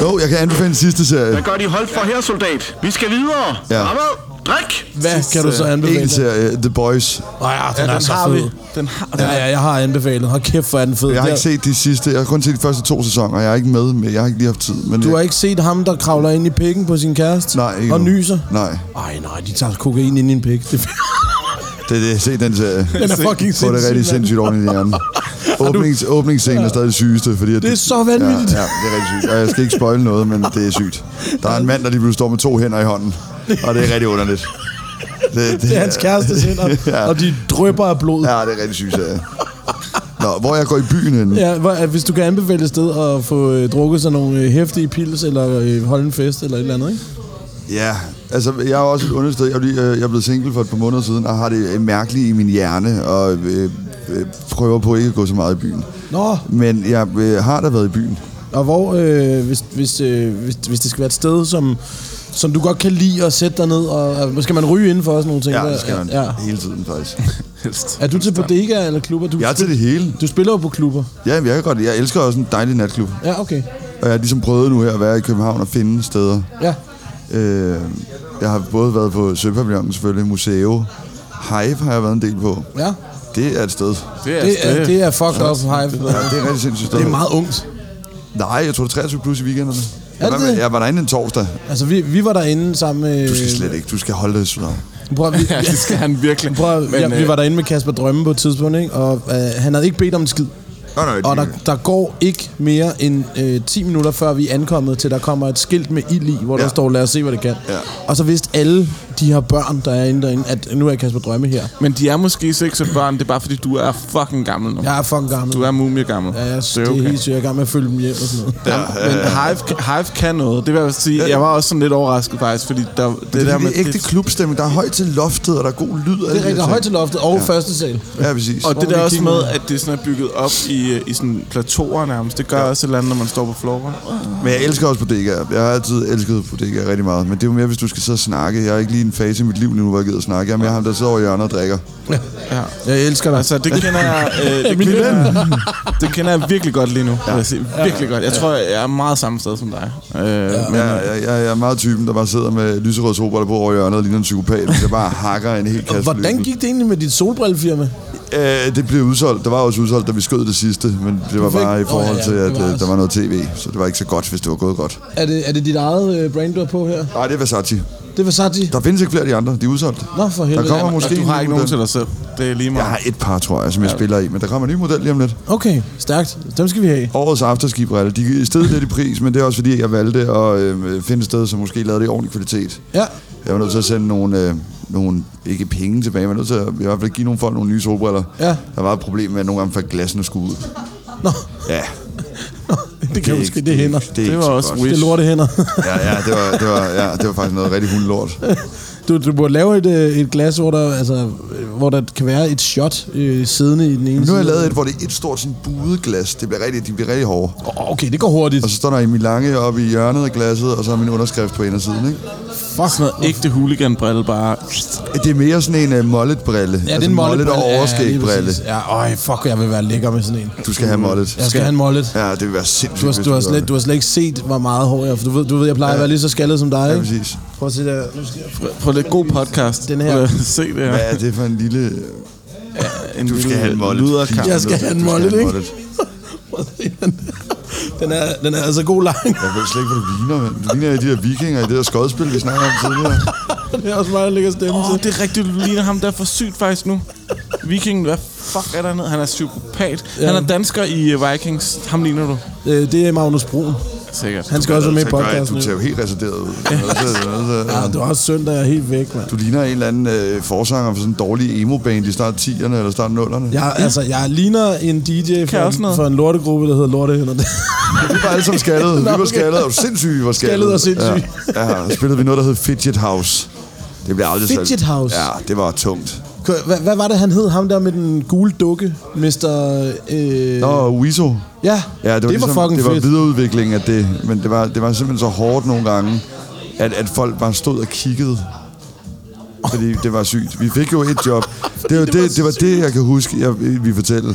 Jo, jeg kan anbefale den sidste serie. Hvad gør de hold for her, soldat? Vi skal videre. Ja. Fremad. Drik. Hvad kan du så anbefale? En serie, The Boys. Nej, ja, den, Ja, ja, er den så har fed. vi. Den har, den Ja, ja, jeg har anbefalet. Hold kæft, hvor er den fed. Jeg har Der- ikke set de sidste. Jeg har kun set de første to sæsoner. Jeg er ikke med, men jeg har ikke lige haft tid. Men Du jeg, har ikke set ham, der kravler ind i pikken på sin kæreste? Nej, ikke Og nu. nyser? Nej, Ej, nej, de tager kokain ind i en pik. Det det er det. Se den serie. den er fucking Få det rigtig mand. sindssygt ordentligt i hjernen. Åbnings, åbningsscenen er stadig det sygeste. Fordi at Det er så vanvittigt. Ja, ja, det er rigtig sygt. Og jeg skal ikke spoil noget, men det er sygt. Der er en mand, der lige pludselig står med to hænder i hånden. Og det er rigtig underligt. Det, Det er hans kærestes hænder, Ja. og de drøber af blod. Ja, det er rigtig sygt serie. Nå, hvor jeg går i byen henne. Ja, hvor, at hvis du kan anbefale et sted at få øh, drukket sådan nogle øh, hæftige pils, eller øh, holde en fest, eller et eller andet, ikke? Ja, altså jeg er også et underligt sted. Jeg, er lige, øh, jeg er blevet single for et par måneder siden, og har det øh, mærkeligt i min hjerne, og øh, øh, prøver på ikke at gå så meget i byen. Nå, Men jeg øh, har da været i byen. og hvor, øh, hvis, hvis, øh, hvis, hvis det skal være et sted, som, som du godt kan lide at sætte dig ned, og, og skal man ryge indenfor og sådan nogle ting? Ja, der? det skal man. Ja. Ja. Hele tiden, faktisk. helst. Er du til bodega eller klubber? Du, Jeg er til det hele. du spiller jo på klubber. Ja, jeg kan godt lide- Jeg elsker også en dejlig natklub. Ja, okay. Og jeg har ligesom prøvet nu her at være i København og finde steder. Ja. Øh, jeg har både været på Søpavillon, selvfølgelig, Museo. Hive har jeg været en del på. Ja. Det er et sted. Det er, Det er, det er fucked up hive. Ja, det er et rigtig sindssygt sted. Det er meget ungt. Nej, jeg tror det er 23 plus i weekenderne. Er det det? Jeg var derinde en torsdag. Altså, vi, vi var derinde sammen med... Du skal slet ikke. Du skal holde dig sådan. Prøv, at- vi, Ja, det skal han virkelig. prøv, Men, ja, øh, vi var derinde med Kasper Drømme på et tidspunkt, ikke? og øh, han havde ikke bedt om en skid. Nå, nej, Og der, der går ikke mere end øh, 10 minutter, før vi er ankommet, til der kommer et skilt med ild i, hvor ja. der Ja. står, lad os se, hvad det kan. Ja. Og så vidste alle de her børn, der er inde derinde, at nu er Kasper Drømme her. Men de er måske ikke så børn, det er bare fordi, du er fucking gammel nu. Jeg er fucking gammel. Du er mumiegammel. Ja, jeg, det er okay. helt sygt. Jeg er i gang med at følge dem hjem og sådan noget. Ja, men Hive, Hive kan noget. Det vil jeg sige. Jeg var også sådan lidt overrasket faktisk, fordi der, det, Det, det der er med... fordi, ægte klubstemning. Der er højt til loftet, og der er god lyd. Det er rigtig højt til loftet og ja. første sal. Ja, præcis. og det vi der også kigger med, at det sådan er bygget op i, øh, i sådan plateauer nærmest, det gør også et eller andet, når man står på floor. Men jeg elsker også bodegaer. Jeg har altid elsket bodegaer rigtig meget. Men det er jo mere, hvis du skal sidde og snakke. Jeg er ikke lige i en fase i mit liv lige nu, hvor jeg gider at snakke. Jeg er mere ham, der sidder over i hjørnet og drikker. Ja. Jeg elsker dig. Altså, det kender jeg, øh, det, Min kender jeg det kender jeg virkelig godt lige nu. Ja. Jeg sige. Virkelig godt. Jeg tror, jeg er meget samme sted som dig. Øh, ja. Men jeg, jeg, jeg, er meget typen, der bare sidder med lyserødshober på over i hjørnet og ligner en psykopat. Jeg bare hakker en hel kasse. Hvordan løs. gik det egentlig med dit solbrillefirma? Øh, det blev udsolgt. Der var også udsolgt, da vi skød det sidste. Men det var fik- bare i Åh, ja, forhold ja, til, det at var øh, også- der var noget tv. Så det var ikke så godt, hvis det var gået godt. Er det, er det dit eget øh, brand, du er på her? Nej, det er Versace. Det var Sati. Der findes ikke flere af de andre. De er udsolgt. Nå, for helvede. Der kommer Måske måske du har en ikke ny nogen model. til dig selv. Det er lige Jeg meget. har et par, tror jeg, som jeg spiller i, men der kommer en ny model lige om lidt. Okay, stærkt. Dem skal vi have. Årets afterski briller de steg lidt i pris, men det er også fordi, jeg valgte at øh, finde et sted, som måske lavede det i ordentlig kvalitet. Ja. Jeg var nødt til at sende nogle, øh, nogle ikke penge tilbage, men jeg var nødt til at i hvert fald give nogle folk nogle nye solbriller. Ja. Der var et problem med, at nogle gange fandt glassene skulle ud. Nå, Ja, det kan jeg huske, ikke- det hænder. er Det ikke var så også godt. Det Wish. er lorte hænder. Ja, ja, det var, det var, ja, det var faktisk noget rigtig hundelort. Du, du burde lave et, øh, et glas, hvor der, altså, øh, hvor der kan være et shot øh, siddende i den ene Nu har side. jeg lavet et, hvor det er et stort sådan budeglas. Det bliver rigtig, de bliver rigtig hårde. Åh, Okay, det går hurtigt. Og så står der Emil Lange oppe i hjørnet af glasset, og så har min underskrift på indersiden, ikke? Fuck. Sådan noget. Ægte hooliganbrille bare. Det er mere sådan en uh, mulletbrille. Ja, det er en mollet. og overskægbrille. Ja, øj, fuck, jeg vil være lækker med sådan en. du skal have mullet. Jeg skal have en mollet. Ja, det vil være Du sindssygt. har, hvis du, har gør slet, du har slet ikke set, hvor meget hår jeg har. for Du ved, du ved jeg plejer at være lige så skaldet som dig, det. Ja, ikke? præcis. Prøv at se der. Nu skal jeg... Prøv lidt god podcast. Den her. Prøv at Se det her. Hvad er det for en lille... En Du skal lille have en mollet. luderkamp. Jeg skal have en Du mollet, ikke? mullet. Prøv at se den. Den er, den er altså god lang. Jeg ved slet ikke, hvad du ligner, men du ligner i de der vikinger i det der skodspil, vi snakker om tidligere. Det er også mig, der lægger stemme Åh, til. oh, det er rigtigt, du ligner ham, der er for sygt faktisk nu. Vikingen, hvad fuck er der nede? Han er psykopat. Ja. Han er dansker i øh, Vikings. Ham ligner du. Øh, Det er Magnus Brun. Sikkert. Han skal også være med i Så gør jeg, podcasten. Du ser jo helt resideret ud. Altså, altså, Ja, du har Ah, også søndag, jeg er helt væk, mand. Du ligner en eller anden øh, forsanger for sådan en dårlig emo-band i start 10'erne eller start 0'erne. Ja. Jeg, altså, jeg ligner en DJ Kan for, også noget. en, for en lortegruppe, der hedder Lortehænder. Vi var alle sammen skaldede. Vi var okay. skaldede og sindssyge. vi var Skaldede og sindssyge. Ja, ja, og så spillede vi noget, der hed Fidget House. Det blev aldrig solgt. Fidget House? Ja, det var tungt. Hva- Hvad, hvad var det, han hed? Ham der med den gule dukke? Mr. Øh, Nå, Weezo. Ja, Ja, det var, ligesom, fucking det var fedt. videreudvikling af det, men det var, det var simpelthen så hårdt nogle gange, at, at folk bare stod og kiggede. Fordi det var sygt. Vi fik jo et job. Det var det, det, var det jeg kan huske, jeg vil fortælle.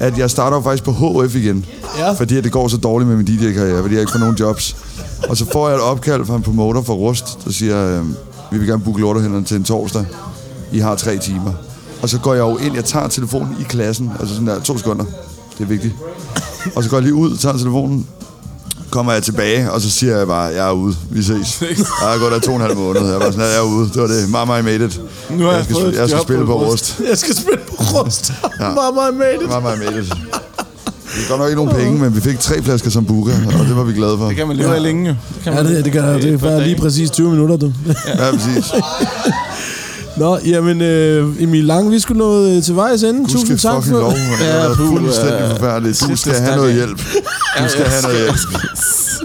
At jeg starter jo faktisk på HF igen. Ja. fordi det går så dårligt med min DJ-karriere, fordi jeg ikke får nogen jobs. Og så får jeg et opkald fra en promoter fra Rust, der siger, øh, vi vil gerne booke lortehænderne til en torsdag. I har tre timer. Og så går jeg jo ind, jeg tager telefonen i klassen, altså sådan der, to sekunder. Det er vigtigt. Og så går jeg lige ud, tager telefonen, kommer jeg tilbage, og så siger jeg bare, jeg er ude, vi ses. Jeg har gået der to og en halv måned, jeg var sådan, jeg er ude, det var det, mama I made it. Nu har jeg skal, fået et jeg skal job på spille på Rust. rust. Jeg skal spille på rust. Ja. ja. Mama, I made it. Mama I made it. Vi fik godt nok ikke nogen penge, men vi fik tre flasker Sambuca, og det var vi glade for. Det kan man leve af længe, jo. Det kan Ja, man det, det gør det. Det er bare lige præcis 20 minutter, du. Ja, præcis. Nå, jamen, øh, Emil Lange, vi skulle nå øh, til vejs ende. Du skal Tusind tak fucking for... lov, man. Det Ja, har været puh, fuldstændig øh, forfærdeligt. Du sidste skal have noget snak. hjælp. Du skal have noget hjælp.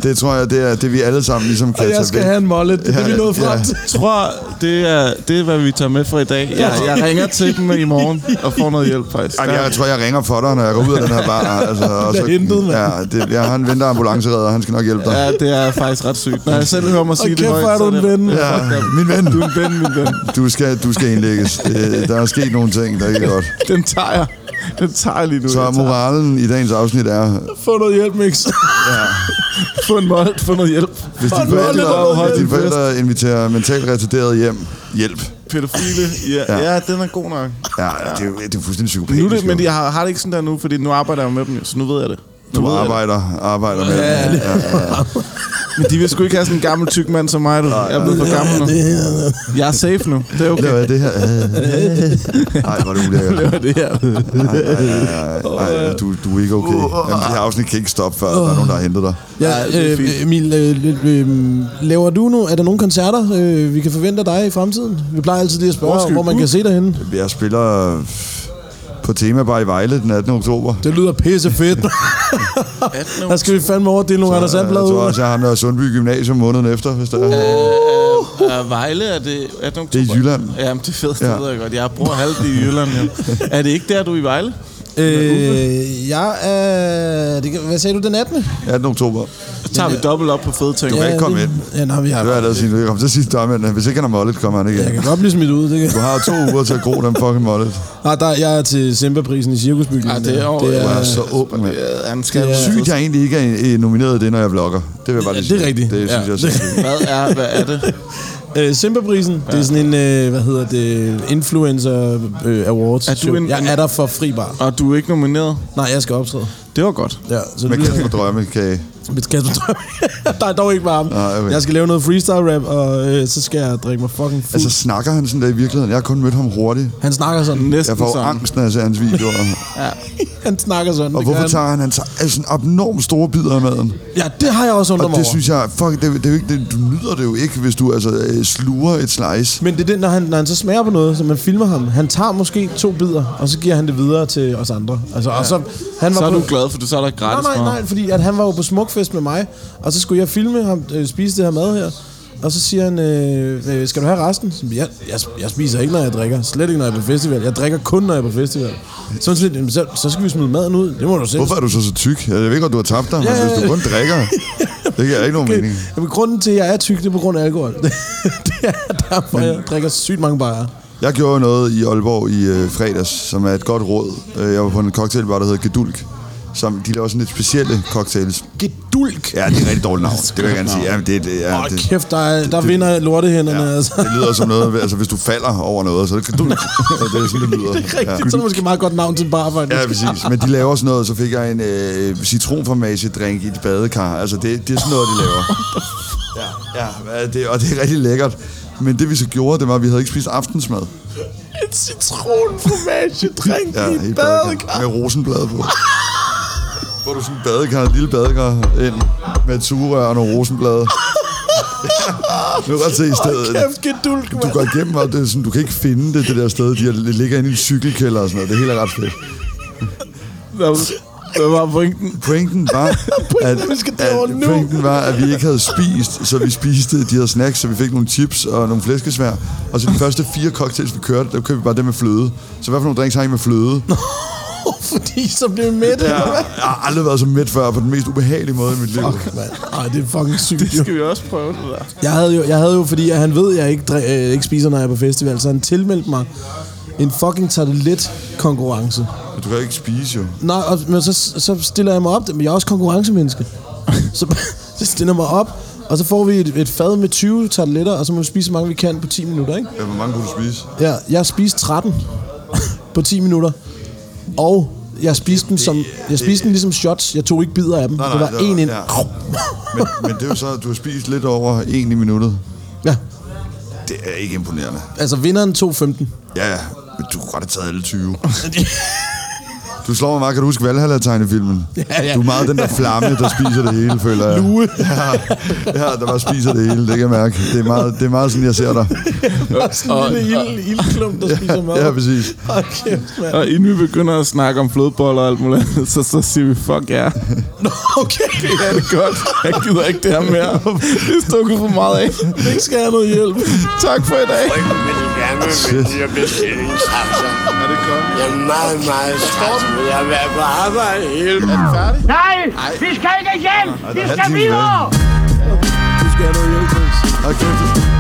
Det tror jeg, det er det, vi alle sammen ligesom kan Og jeg skal tage have væk. en mollet. Det er det, vi Ja, nåede frem ja. til. Jeg tror, det er, det er, hvad vi tager med for i dag. Jeg, jeg ringer til dem i morgen og får noget hjælp, faktisk. Ej, jeg tror, jeg ringer for dig, når jeg går ud af den her bar. Altså, og Det er hentet, mand. ja, det, jeg har en venter ambulanceredder, han skal nok hjælpe dig. Ja, det er faktisk ret sygt. Når jeg selv hører mig sige Og det kæft, hvor er så du en det- ven. Ja, min ven, Du er en ven, min ven. du skal, du skal indlægges. Det, der er sket nogle ting, der ikke er godt. Den tager jeg. Den tager jeg lige nu. Så Jeg tager- moralen i dagens afsnit er, Få noget hjælp, Mix. Få en målt, få noget hjælp. hvis dine Moralen er forældre, hvis dine bedst. forældre inviterer mentalt retarderede hjem, hjælp. Pædofile, ja, ja. ja den er god nok. Ja, det er jo det er fuldstændig psykopatisk. Nu er det, jo. men jeg har, har det ikke sådan der nu, fordi nu arbejder jeg med dem, jo, så nu ved jeg det. Nu Du ved jeg det. arbejder, arbejder med ja, det. Ja, ja. Men de vil sgu ikke have sådan en gammel tyk mand som mig, du. Jeg er blevet for gammel nu. Jeg er safe nu. Det er okay. Det var det her. Nej, hvor er det ulækkert. Det var det her. Nej, du, du er ikke okay. Jamen, det her afsnit kan ikke stoppe, før der er nogen, der har hentet dig. Ja, Ja, det er øh, fint. Emil, øh, lidt, øh, laver du nu? Er der nogle koncerter, øh, vi kan forvente af dig i fremtiden? Vi plejer altid lige at spørge, Roskilde. hvor man kan se dig henne. Jeg spiller på tema bare i Vejle den 18. oktober. Det lyder pisse fedt. der skal vi fandme over, det er nogle Anders Øh, Jeg Sandblad tror ud. også, jeg har ham der Sundby Gymnasium måneden efter, hvis der er. Uh, Vejle, er det 18. oktober? Det er i Jylland. Jamen, det er fedt, det Ja. ved jeg godt. Jeg bruger halvt i Jylland, jo. Er det ikke der, du er i Vejle? Øh, jeg er... Det, kan- hvad sagde du, den 18. Ja, 18. oktober. Så tager vi dobbelt op på fede ting. kan ikke komme det- ind. Ja, nej, men jeg, Det var jeg lavet sin velkommen. Så sidste dørmænd, hvis ikke han har mollet, kommer han ikke jeg ind. kan godt blive smidt ud. Det kan. Du har to uger til at gro den fucking mollet. Nej, Ah, der, jeg er til Simba-prisen i Cirkusbygningen. Ej, det er over- det Du er, er så åben, mand. Ja, han skal Ja. Sygt, jeg egentlig ikke er øh, nomineret i det, når jeg vlogger. Det vil jeg bare Ja, det lige er sige. rigtigt. Det synes Ja. jeg er sindssygt. Hvad er, hvad er det? Øh, Simba-prisen, ja. det er sådan en, øh, hvad hedder det, influencer øh, awards. Er du show. en- jeg er der for fri bar. Og du er ikke nomineret? Nej, jeg skal optræde. Det var godt. Ja, så Men det bliver Kasper Drømme kan... mit Kasper Drøm. Der er dog ikke varme. Nej, okay. Jeg skal lave noget freestyle-rap, og øh, så skal jeg drikke mig fucking fuld. Altså, Altså, snakker han sådan der i virkeligheden? Jeg har kun mødt ham hurtigt. han snakker sådan. Næsten Jeg får jo sådan. angst, når jeg ser hans videoer. Han snakker sådan. Og det hvorfor gør han. tager han, han tager, altså, sådan enormt store bidder af maden? Ja, det har jeg også undret Og mig det over. synes jeg, fuck, det, det er jo ikke, det, du nyder det jo ikke, hvis du altså, øh, sluger et slice. Men det er det, når han, når han så smager på noget, så man filmer ham. Han tager måske to bidder, og så giver han det videre til os andre. Altså, ja. og så, han var Så er på, du glad, for du så er der Nej, gratis nej, nej, fordi at han var jo på smukfest med mig, og så skulle jeg filme ham øh, spise det her mad her. Og så siger han, øh, øh, skal du have resten? Så, jeg, jeg, jeg spiser ikke, når jeg drikker. Slet ikke, når jeg er på festival. Jeg drikker kun, når jeg er på festival. Så, så, så, så skal vi smide maden ud. Det må du se. Hvorfor er du så så tyk? Altså, Jeg ved godt, du har tabt dig, Ja, men ja, hvis ja. du kun drikker, det giver ikke nogen mening. Jamen, grunden til, at jeg er tyk, det er på grund af alkohol. det er derfor, jeg drikker sygt mange bajer. Jeg gjorde jo noget i Aalborg i øh, fredags, som er et godt råd. Øh, Jeg var på en cocktailbar, der hedder Gedulk, som de laver sådan lidt specielle cocktails. Gedulk. Ja, det er et rigtig dårligt navn. Det vil jeg gerne sige. Ja, men det, det, ja, Åh, det, kæft, der, er- der vinder lortehænderne, Ja, altså. det lyder som noget, altså hvis du falder over noget, så er det gedulk. det er sådan, det lyder. Det Rigtigt, ja. så er det måske et meget godt navn til en bar, faktisk. Ja, præcis. Men de laver sådan noget, så fik jeg en øh, citronformagedrink i et badekar. Altså, det, det er sådan noget, de laver. Ja, ja hvad er det, og det er rigtig lækkert. Men det vi så gjorde, det var, at vi havde ikke spist aftensmad. En citronformage drink Ja, i i et et badekar. badekar. Med rosenblade på. Får du sådan en badekar, en lille badekar ind med et sugerør og nogle rosenblade. Nu kan jeg se i stedet. Kæft, gedulk, Du mand. går igennem, og det er sådan, du kan ikke finde det, det der sted. De har- ligger inde i en cykelkælder og sådan noget. Det hele er ret fedt. Hvad var pointen? Pointen var, at, vi skal at, derover nu. pointen var, at vi ikke havde spist, så vi spiste de her snacks, så vi fik nogle chips og nogle flæskesvær. Og så de første fire cocktails, vi kørte, der købte vi bare dem med fløde. Så hvad for nogle drinks har I med fløde? Fordi så blev vi mætte. Jeg, jeg har aldrig været så mæt før på den mest ubehagelige måde i mit liv. Fuck, mand. Ej, det er fucking sygt, jo. Skal vi også prøve det der? Jeg havde jo, jeg havde jo fordi at han ved, at jeg ikke, dri- øh, ikke spiser, når jeg er på festival, så han tilmeldte mig en fucking tager det let konkurrence. Du kan ikke spise, jo. Nej, og, men så, så stiller jeg mig op, men jeg er også konkurrencemenneske. så, så stiller jeg mig op, og så får vi et, et fad med 20 tarteletter, og så må vi spise så mange, vi kan på 10 minutter, ikke? Ja, hvor mange kunne du spise? Ja, jeg spiste 13 på 10 minutter, og jeg spiste den, som, jeg spiste den ligesom shots. Jeg tog ikke bidder af dem. Nej, det nej, var en ind. ja. Men, men det er jo så, at du har spist lidt over en i minuttet. Ja, Det er ikke imponerende. altså vinderen tog 15. Ja, ja, men du kunne godt have taget alle 20. Du slår mig meget. Kan du huske Valhalla-tegnefilmen? Ja, ja. Du er meget den der flamme, der spiser det hele, føler jeg. Lue. Ja, ja, der bare spiser det hele, det kan jeg mærke. Det er meget, det er meget sådan, jeg ser dig. Sådan en lille ild, ildklump, der spiser mad. Ja, præcis. Hold kæft, mand. Og inden vi begynder at snakke om flødeboller og alt muligt andet, så, så siger vi, fuck ja. Yeah. Nå, okay. Det er det godt. Jeg gider ikke det her mere. Det stukket for meget af. Det skal jeg have noget hjælp. Tak for i dag. Er det godt? Jeg er meget, meget træt, men jeg vil på arbejde hele Nej, vi skal ikke hjem! Vi skal videre! Du skal have noget hjælp, Niels. Hold kæft,